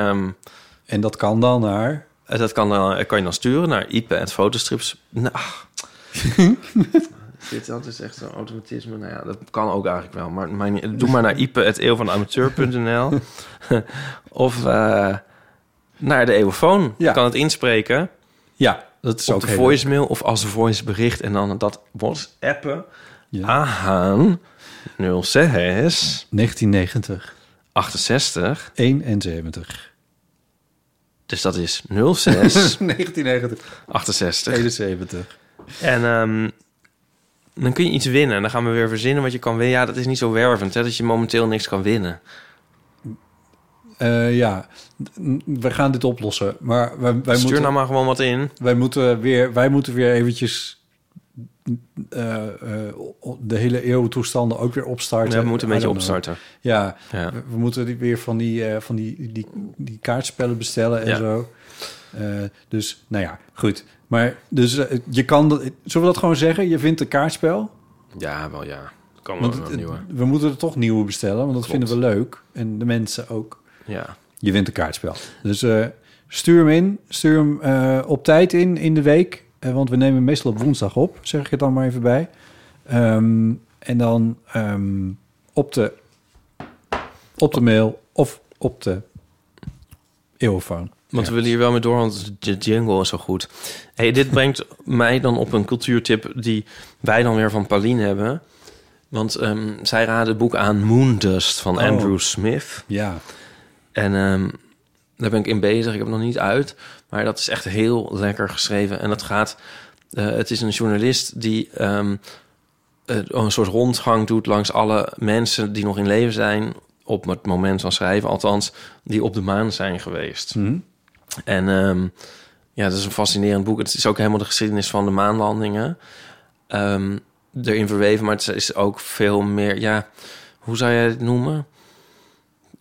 S2: en,
S1: dat kan dan naar...
S2: Dat kan, dan, kan je dan sturen naar ipe.fotostrips. (laughs) Nou, Dit, dat is echt zo'n automatisme. Nou ja, dat kan ook eigenlijk wel. Maar mijn- doe maar naar (laughs) ipe.eeuwvanamateur.nl Of eh, naar de eeuwfoon. Je kan het inspreken.
S1: Ja, dat is
S2: Op
S1: ook
S2: de
S1: heel
S2: voicemail of als voicebericht. En dan dat WhatsAppen. Ahaan 06
S1: 1990
S2: 68
S1: 71.
S2: Dus dat is
S1: (laughs)
S2: 06
S1: 1990.
S2: 68
S1: 71.
S2: En ehm, dan kun je iets winnen. Dan gaan we weer verzinnen wat je kan winnen. Ja, dat is niet zo wervend, hè, dat je momenteel niks kan winnen.
S1: Eh, ja, N- we gaan dit oplossen. Maar wij, wij
S2: Stuur
S1: moeten...
S2: nou maar gewoon wat in.
S1: Wij moeten weer, wij moeten weer eventjes eh, eh, de hele eeuwtoestanden ook weer opstarten.
S2: Ja, we moeten een
S1: I
S2: beetje
S1: don't know.
S2: opstarten.
S1: Ja,
S2: Ja.
S1: We, we moeten die- weer van die, eh, van die, die, die kaartspellen bestellen en
S2: Ja.
S1: zo. Eh, dus, nou ja, goed. Maar dus eh, je kan... Dat, zullen we dat gewoon zeggen? Je vindt een kaartspel?
S2: Ja, wel ja. Kan wel
S1: Want
S2: een
S1: het-
S2: nieuwe.
S1: we moeten er toch nieuwe bestellen, want dat
S2: Klopt.
S1: vinden we leuk. En de mensen ook.
S2: Ja.
S1: Je wint een kaartspel. Dus eh, stuur hem in. Stuur hem eh, op tijd in, in de week. Eh, want we nemen hem meestal op woensdag op. Zeg ik het dan maar even bij. Ehm, en dan ehm, op, de, op de mail of op de eeuwfoon.
S2: Want we willen hier wel mee door, want de jingle is zo goed. Hey, dit brengt mij dan op een cultuurtip die wij dan weer van Pauline hebben. Want ehm, zij raadde het boek aan Moondust van
S1: Oh.
S2: Andrew Smith.
S1: Ja.
S2: En ehm, daar ben ik in bezig. Ik heb het nog niet uit. Maar dat is echt heel lekker geschreven. En dat gaat... eh, het is een journalist die ehm, eh, een soort rondgang doet langs alle mensen die nog in leven zijn... op het moment van schrijven, althans, die op de maan zijn geweest.
S1: Mhm.
S2: En ehm, ja, dat is een fascinerend boek. Het is ook helemaal de geschiedenis van de maanlandingen ehm, erin verweven. Maar het is ook veel meer, ja, hoe zou jij het noemen?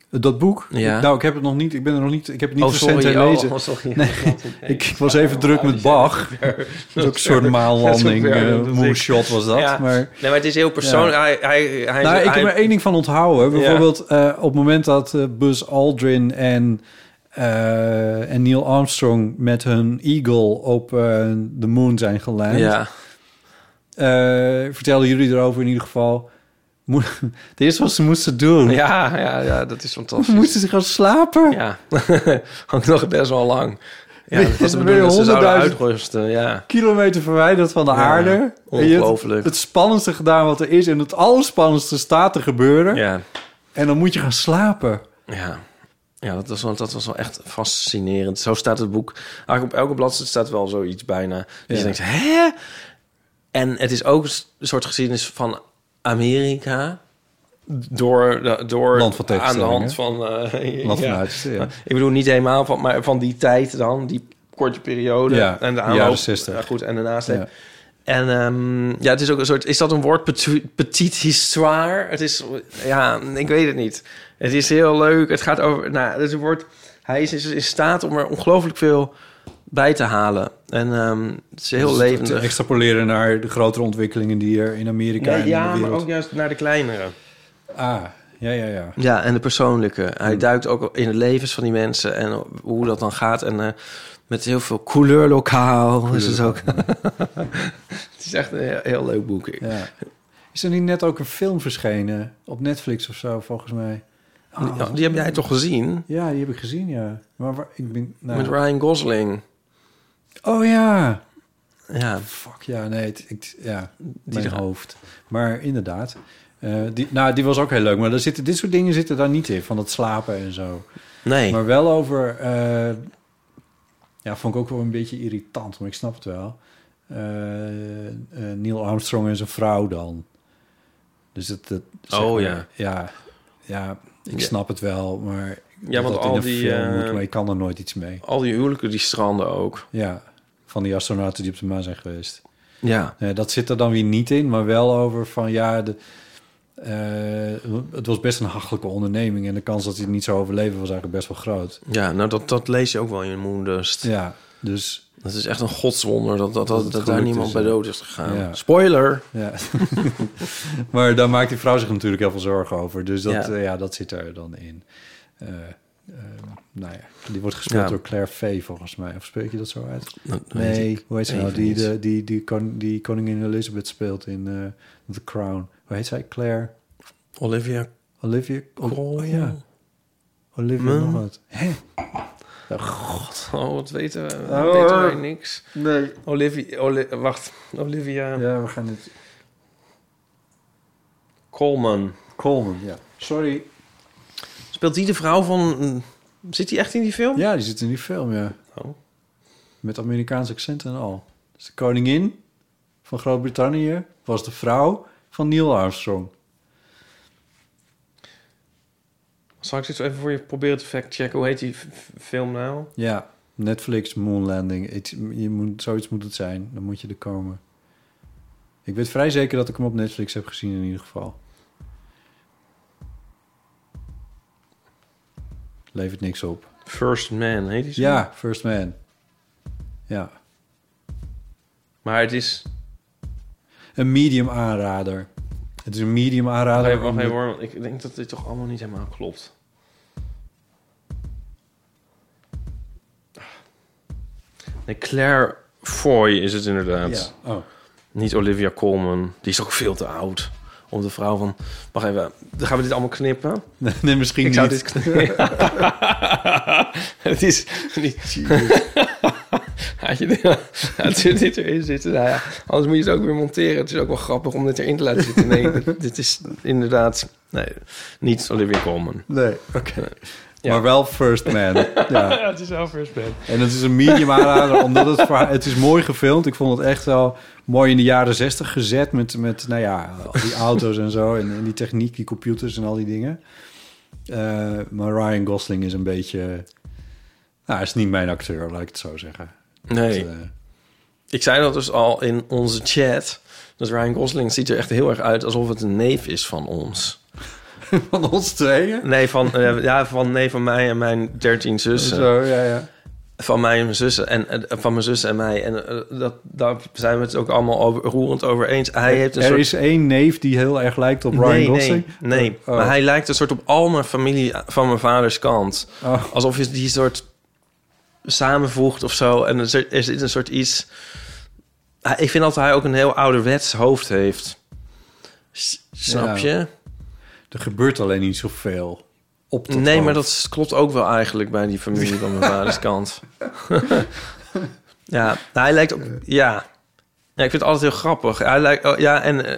S1: Dat boek?
S2: Ja.
S1: Nou, ik heb het nog niet. Ik ben er nog niet. Ik heb het niet
S2: Oh,
S1: recent
S2: sorry.
S1: herlezen.
S2: Oh, sorry.
S1: Nee,
S2: (laughs)
S1: ik was even druk met Bach. Dat is ook een
S2: (laughs)
S1: soort maanlanding.
S2: Dat is ook ver,
S1: eh,
S2: dat is
S1: moonshot was dat.
S2: Ja.
S1: Maar
S2: Nee, maar het is heel persoonlijk.
S1: Ja.
S2: Hij, hij, hij,
S1: nou, ik
S2: hij-
S1: heb er één ding van onthouden.
S2: Ja.
S1: Bijvoorbeeld eh, op het moment dat eh, Buzz Aldrin en, eh, en Neil Armstrong met hun Eagle op eh, de moon zijn geland.
S2: Ja.
S1: eh, vertelden jullie erover in ieder geval. Mo- (laughs) Dit is wat ze moesten doen.
S2: Ja, ja, ja, dat is fantastisch.
S1: Ze (laughs) moesten ze gaan slapen.
S2: Ja, (laughs) hangt nog best wel lang. Ja,
S1: Weet
S2: dat was de
S1: je,
S2: bedoeling dat ze zouden
S1: 100.000
S2: uitrusten, ja.
S1: Kilometer verwijderd van de
S2: Ja,
S1: aarde. En je hebt
S2: ongelooflijk.
S1: Het spannendste gedaan wat er is. En het allerspannendste staat te gebeuren.
S2: Ja.
S1: En dan moet je gaan slapen.
S2: Ja. Ja, dat was, wel, dat was wel echt fascinerend. Zo staat het boek. Eigenlijk op elke bladzijde staat wel zoiets bijna. Dus
S1: Ja.
S2: je denkt, hè? En het is ook een soort geschiedenis van Amerika. Door, door
S1: Land van
S2: aan de
S1: tegenstellingen,
S2: hand
S1: hè?
S2: van... eh, (laughs)
S1: Land van uitersten, ja.
S2: Ik bedoel, niet helemaal van, maar van die tijd dan. Die korte periode.
S1: Ja,
S2: en de
S1: jaren
S2: aanloop.
S1: 60.
S2: Ja, goed, en daarnaast.
S1: Ja.
S2: En ehm, ja, het is ook een soort... Is dat een woord petit, petit histoire? Het is... Ja, ik weet het niet. Het is heel leuk. Het gaat over... Nou, het wordt, hij is is in staat om er ongelooflijk veel bij te halen. En ehm, het is heel
S1: Dus te-
S2: levendig.
S1: Te extrapoleren naar de grotere ontwikkelingen die er in Amerika
S2: Nee,
S1: en in
S2: ja,
S1: de
S2: maar
S1: wereld...
S2: ook juist naar de kleinere.
S1: Ah, ja, ja, ja.
S2: Ja, en de persoonlijke. Hij duikt ook in de levens van die mensen en hoe dat dan gaat. En eh, met heel veel couleur lokaal is het ook. (laughs) het is echt een heel, heel leuk boek.
S1: Ja. Is er niet net ook een film verschenen op Netflix of zo, volgens mij?
S2: Ja, die heb jij toch gezien?
S1: Ja, die heb ik gezien, ja. Maar waar, ik ben... nou-
S2: Met Ryan Gosling.
S1: Oh ja.
S2: Ja.
S1: Fuck ja, nee. het- ik, ja,
S2: Die
S1: mijn
S2: dra-
S1: hoofd. Maar inderdaad. eh, die, nou, die was ook heel leuk. Maar daar zitten, dit soort dingen zitten daar niet in. Van dat slapen en zo.
S2: Nee.
S1: Maar wel over... eh, ja, vond ik ook wel een beetje irritant. Maar ik snap het wel. Eh, eh, Neil Armstrong en zijn vrouw dan. Dus dat... dat zeg
S2: Oh,
S1: maar,
S2: ja.
S1: Ja. Ja, ik
S2: Ja.
S1: snap het wel. Maar...
S2: Ja, want
S1: dat in
S2: al
S1: een
S2: die,
S1: film moet,
S2: eh,
S1: maar je kan er nooit iets mee.
S2: Al die huwelijken die stranden ook.
S1: Ja, van die astronauten die op de maan zijn geweest.
S2: Ja.
S1: Nee, dat zit er dan weer niet in, maar wel over van ja, de, eh, het was best een hachelijke onderneming en de kans dat hij het niet zou overleven was eigenlijk best wel groot.
S2: Ja, nou dat, dat lees je ook wel in Moondust.
S1: Ja, dus...
S2: Dat is echt een godswonder dat, dat, dat,
S1: het
S2: dat daar
S1: gelukt
S2: niemand
S1: is,
S2: bij
S1: ja.
S2: dood is gegaan.
S1: Ja.
S2: Spoiler!
S1: Ja. (laughs) maar daar maakt die vrouw zich natuurlijk heel veel zorgen over, dus dat,
S2: Ja.
S1: ja, ja dat zit er dan in. Eh, eh, nou ja, die wordt gespeeld
S2: Ja.
S1: door Claire Fay volgens mij. Of spreek je dat zo uit?
S2: Dat weet
S1: nee,
S2: ik
S1: hoe heet ze nou?
S2: even
S1: Die,
S2: niet.
S1: de, die, die, kon, die koningin Elizabeth speelt in eh, The Crown. Hoe heet zij? Claire?
S2: Olivia
S1: Olivia Col- oh, ja. Olivia
S2: Hmm.
S1: nog wat. Hè?
S2: God, oh, wat weten we?
S1: Oh,
S2: weten wij
S1: hoor.
S2: niks. Nee. Olivia, Oli- wacht. Olivia
S1: Ja, we gaan het...
S2: Colman.
S1: Coleman, ja. Sorry.
S2: Speelt die de vrouw van... hm, Zit die echt in die film?
S1: Ja, die zit in die film, ja.
S2: Oh.
S1: Met Amerikaans accent en al. Dus de koningin van Groot-Brittannië was de vrouw van Neil Armstrong.
S2: Zal ik dit even voor je proberen te factchecken? Hoe heet die f- f- film nou?
S1: Ja, Netflix, Moonlanding. Het- je moet, zoiets moet het zijn. Dan moet je er komen. Ik weet vrij zeker dat ik hem op Netflix heb gezien in ieder geval. Levert niks op.
S2: First Man, heet die zo?
S1: Ja, First Man. Ja.
S2: Maar het is...
S1: Een medium aanrader. Het is een medium aanrader.
S2: Wacht even, wacht
S1: om de-
S2: even hoor. want Ik denk dat dit toch allemaal niet helemaal klopt. Nee, Claire Foy is het inderdaad.
S1: Ja, oh.
S2: Niet Olivia Colman. Die is ook veel te oud. Om de vrouw van... Wacht even, dan gaan we dit allemaal
S1: (laughs)
S2: knippen?
S1: Nee, nee, misschien
S2: Ik zou
S1: niet.
S2: dit knippen. (laughs) het is niet... Had je dit, had je dit erin zitten? Nou ja, anders moet je het ook weer monteren. Het is ook wel grappig om dit erin te laten zitten. Nee, dit- dit is inderdaad... Nee, niet Olivia Colman.
S1: Nee, oké. Maar wel First
S2: (laughs)
S1: Man. ja.
S2: het is wel first band.
S1: En het is een medium aanrader, omdat het, verhaal- het is mooi gefilmd. Ik vond het echt wel mooi in de jaren zestig gezet met, met nou ja, al die auto's en zo. En, en die techniek, die computers en al die dingen. Eh, maar Ryan Gosling is een beetje... Nou, hij is niet mijn acteur, laat ik het zo zeggen.
S2: Nee.
S1: Dat, eh,
S2: Ik zei dat dus al in onze chat. Dat Ryan Gosling ziet er echt heel erg uit alsof het een neef is van ons.
S1: van ons tweeën?
S2: Nee, van, eh, ja, van, nee, van mij en mijn dertien zussen.
S1: Zo, ja, ja.
S2: Van mij en mijn zussen en eh, van mijn zussen en mij. En eh, dat, daar zijn we het ook allemaal over, roerend over eens. Hij heeft een
S1: er
S2: soort...
S1: is één neef die heel erg lijkt op Ryan
S2: nee,
S1: Gosling.
S2: Nee, nee.
S1: Oh.
S2: maar hij lijkt een soort op al mijn familie eh, van mijn vaders kant.
S1: Oh.
S2: Alsof je die soort samenvoegt of zo. En er zit- er zit een soort iets... Hij- Ik vind dat hij ook een heel ouderwets hoofd heeft. S- Snap
S1: Ja.
S2: je?
S1: Er gebeurt alleen niet zoveel op dat
S2: nee, maar
S1: hoofd.
S2: dat klopt ook wel eigenlijk bij die familie van mijn vaders
S1: (laughs)
S2: kant. ja, nou, hij lijkt op...
S1: Eh.
S2: Ja. ja, ik vind het altijd heel grappig. Hij lijkt... oh, ja, en, eh,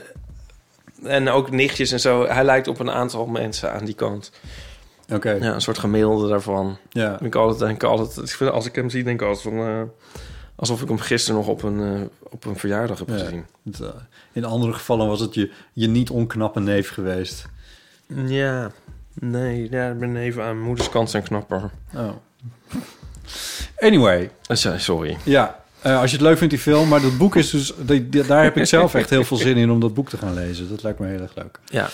S2: en ook nichtjes en zo. Hij lijkt op een aantal mensen aan die kant.
S1: Oké.
S2: Ja, een soort gemiddelde daarvan.
S1: Ja.
S2: Vind Ik, altijd, denk ik, altijd, ik vind, als ik hem zie, denk ik altijd van... eh, alsof ik hem gisteren nog op een, eh, op een verjaardag heb
S1: Ja.
S2: gezien.
S1: Het, eh, In andere gevallen was het je, je niet onknappe neef geweest.
S2: Ja, nee, ja, ik ben even aan moeders kant zijn knapper. Eh,
S1: Oh. Anyway.
S2: Sorry.
S1: Ja, eh, als je het leuk vindt, die film. Maar dat boek is dus... die- die- daar heb ik zelf echt heel veel zin in om dat boek te gaan lezen. Dat lijkt me heel erg leuk.
S2: Ja.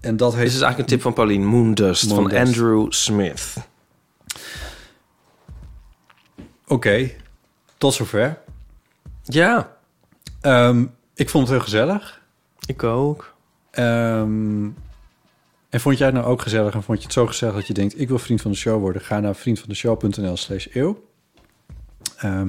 S1: En dat heet...
S2: Dit is eigenlijk een tip van Pauline, Moondust, van
S1: Moondust.
S2: Andrew Smith.
S1: Oké, tot zover. Ehm,
S2: Ja.
S1: ik vond het heel gezellig.
S2: Ik ook.
S1: Ehm, en vond jij het nou ook gezellig? En vond je het zo gezellig dat je denkt... ik wil vriend van de show worden? Ga naar vriendvandeshow.nl slash eeuw. Ehm,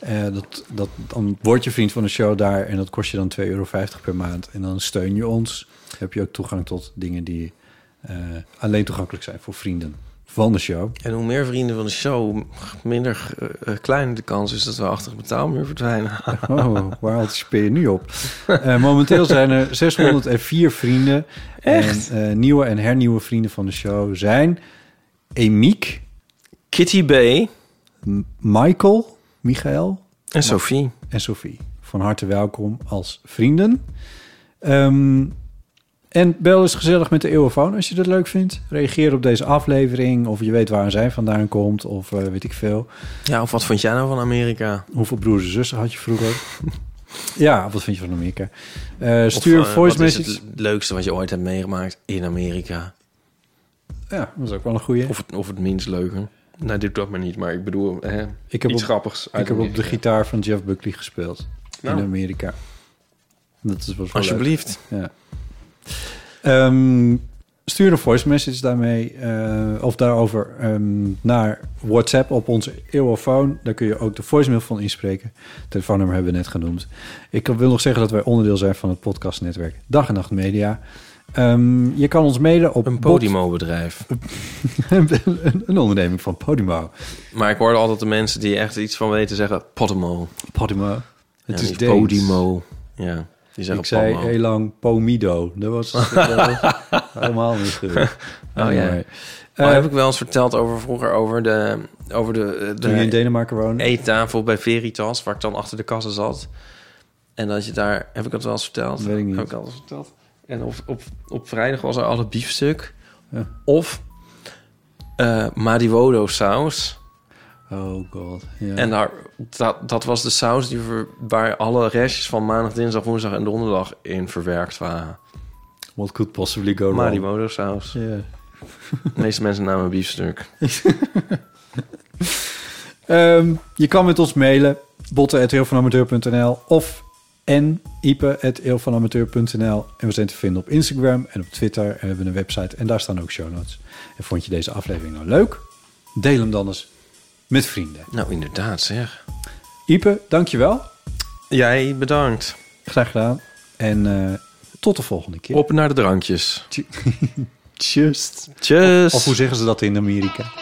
S1: eh, dat, dat, dan word je vriend van de show daar... en dat kost je dan 2,50 euro per maand. En dan steun je ons. Dan heb je ook toegang tot dingen die eh, alleen toegankelijk zijn voor vrienden van de show.
S2: En hoe meer vrienden van de show, hoe minder eh, eh, kleiner de kans is dat we achter het betaalmuur verdwijnen. (laughs)
S1: Oh, waar anticipeer je nu op? Eh, momenteel zijn er 604 vrienden.
S2: Echt?
S1: En, eh, nieuwe en hernieuwe vrienden van de show zijn... Emiek.
S2: Kitty B.
S1: Michael. Michael.
S2: En Sophie.
S1: En Sophie. Van harte welkom als vrienden. Ehm, en bel eens gezellig met de eeuwofoon als je dat leuk vindt. Reageer op deze aflevering. Of je weet waar zij vandaan komt. Of eh, weet ik veel.
S2: Ja, of wat vond jij nou van Amerika?
S1: Hoeveel broers en zussen had je
S2: (laughs)
S1: vroeger? ja, wat vind je van Amerika? Eh, stuur
S2: Of,
S1: een
S2: eh,
S1: voice
S2: wat is
S1: message.
S2: het leukste wat je ooit hebt meegemaakt in Amerika?
S1: Ja, dat is ook wel een goeie.
S2: Of het, of het minst leuke. Nee, dit doet me niet, maar ik bedoel, hè,
S1: Ik heb
S2: iets
S1: op,
S2: grappigs. uit
S1: Ik heb op de
S2: Amerika.
S1: gitaar van Jeff Buckley gespeeld.
S2: Nou.
S1: In Amerika. Dat is wel leuk.
S2: Alsjeblieft.
S1: Ja. Ehm, stuur een voice message daarmee eh, of daarover ehm, naar WhatsApp op onze eeuwofoon. Daar kun je ook de voicemail van inspreken. Telefoonnummer hebben we net genoemd. Ik wil nog zeggen dat wij onderdeel zijn van het podcastnetwerk Dag en Nacht Media. Ehm, je kan ons mailen op een
S2: Podimo-bedrijf.
S1: (laughs) een onderneming van Podimo.
S2: Maar ik hoorde altijd de mensen die echt iets van weten zeggen... Podimo.
S1: Podimo. Het
S2: Ja,
S1: is
S2: die
S1: Deens.
S2: Podimo. Ja, die zeggen
S1: Ik zei
S2: Podimo.
S1: heel lang Pomido. Dat
S2: (laughs)
S1: was eh, helemaal niet goed.
S2: Oh ja.
S1: Anyway.
S2: Al
S1: Eh,
S2: heb ik wel eens verteld over vroeger over de over de, de
S1: Toen je in Denemarken woonde?
S2: eettafel bij Veritas, waar ik dan achter de kassen zat. En dat je daar heb ik dat wel eens verteld.
S1: Weet ik niet.
S2: Heb ik alles verteld. En op, op, op vrijdag was er alle biefstuk of eh Madiwodo saus.
S1: Oh god. Ja.
S2: En daar, dat, dat was de saus die ver- waar alle restjes van maandag, dinsdag, woensdag en donderdag in verwerkt waren.
S1: What could possibly go wrong?
S2: Madiwodo saus.
S1: Ja.
S2: De meeste mensen namen biefstuk.
S1: Ehm, je kan met ons mailen. botten.eeuwvanamateur.nl of en e ipe.eeuwvanamateur.nl En we zijn te vinden op Instagram en op Twitter. En we hebben een website en daar staan ook show notes. En vond je deze aflevering nou leuk? Deel hem dan eens met vrienden.
S2: Nou, inderdaad zeg.
S1: Ipe, dankjewel.
S2: Jij bedankt.
S1: Graag gedaan. En eh, tot de volgende keer.
S2: Op naar de drankjes.
S1: Tjust.
S2: Tjus.
S1: Of hoe zeggen ze dat in Amerika?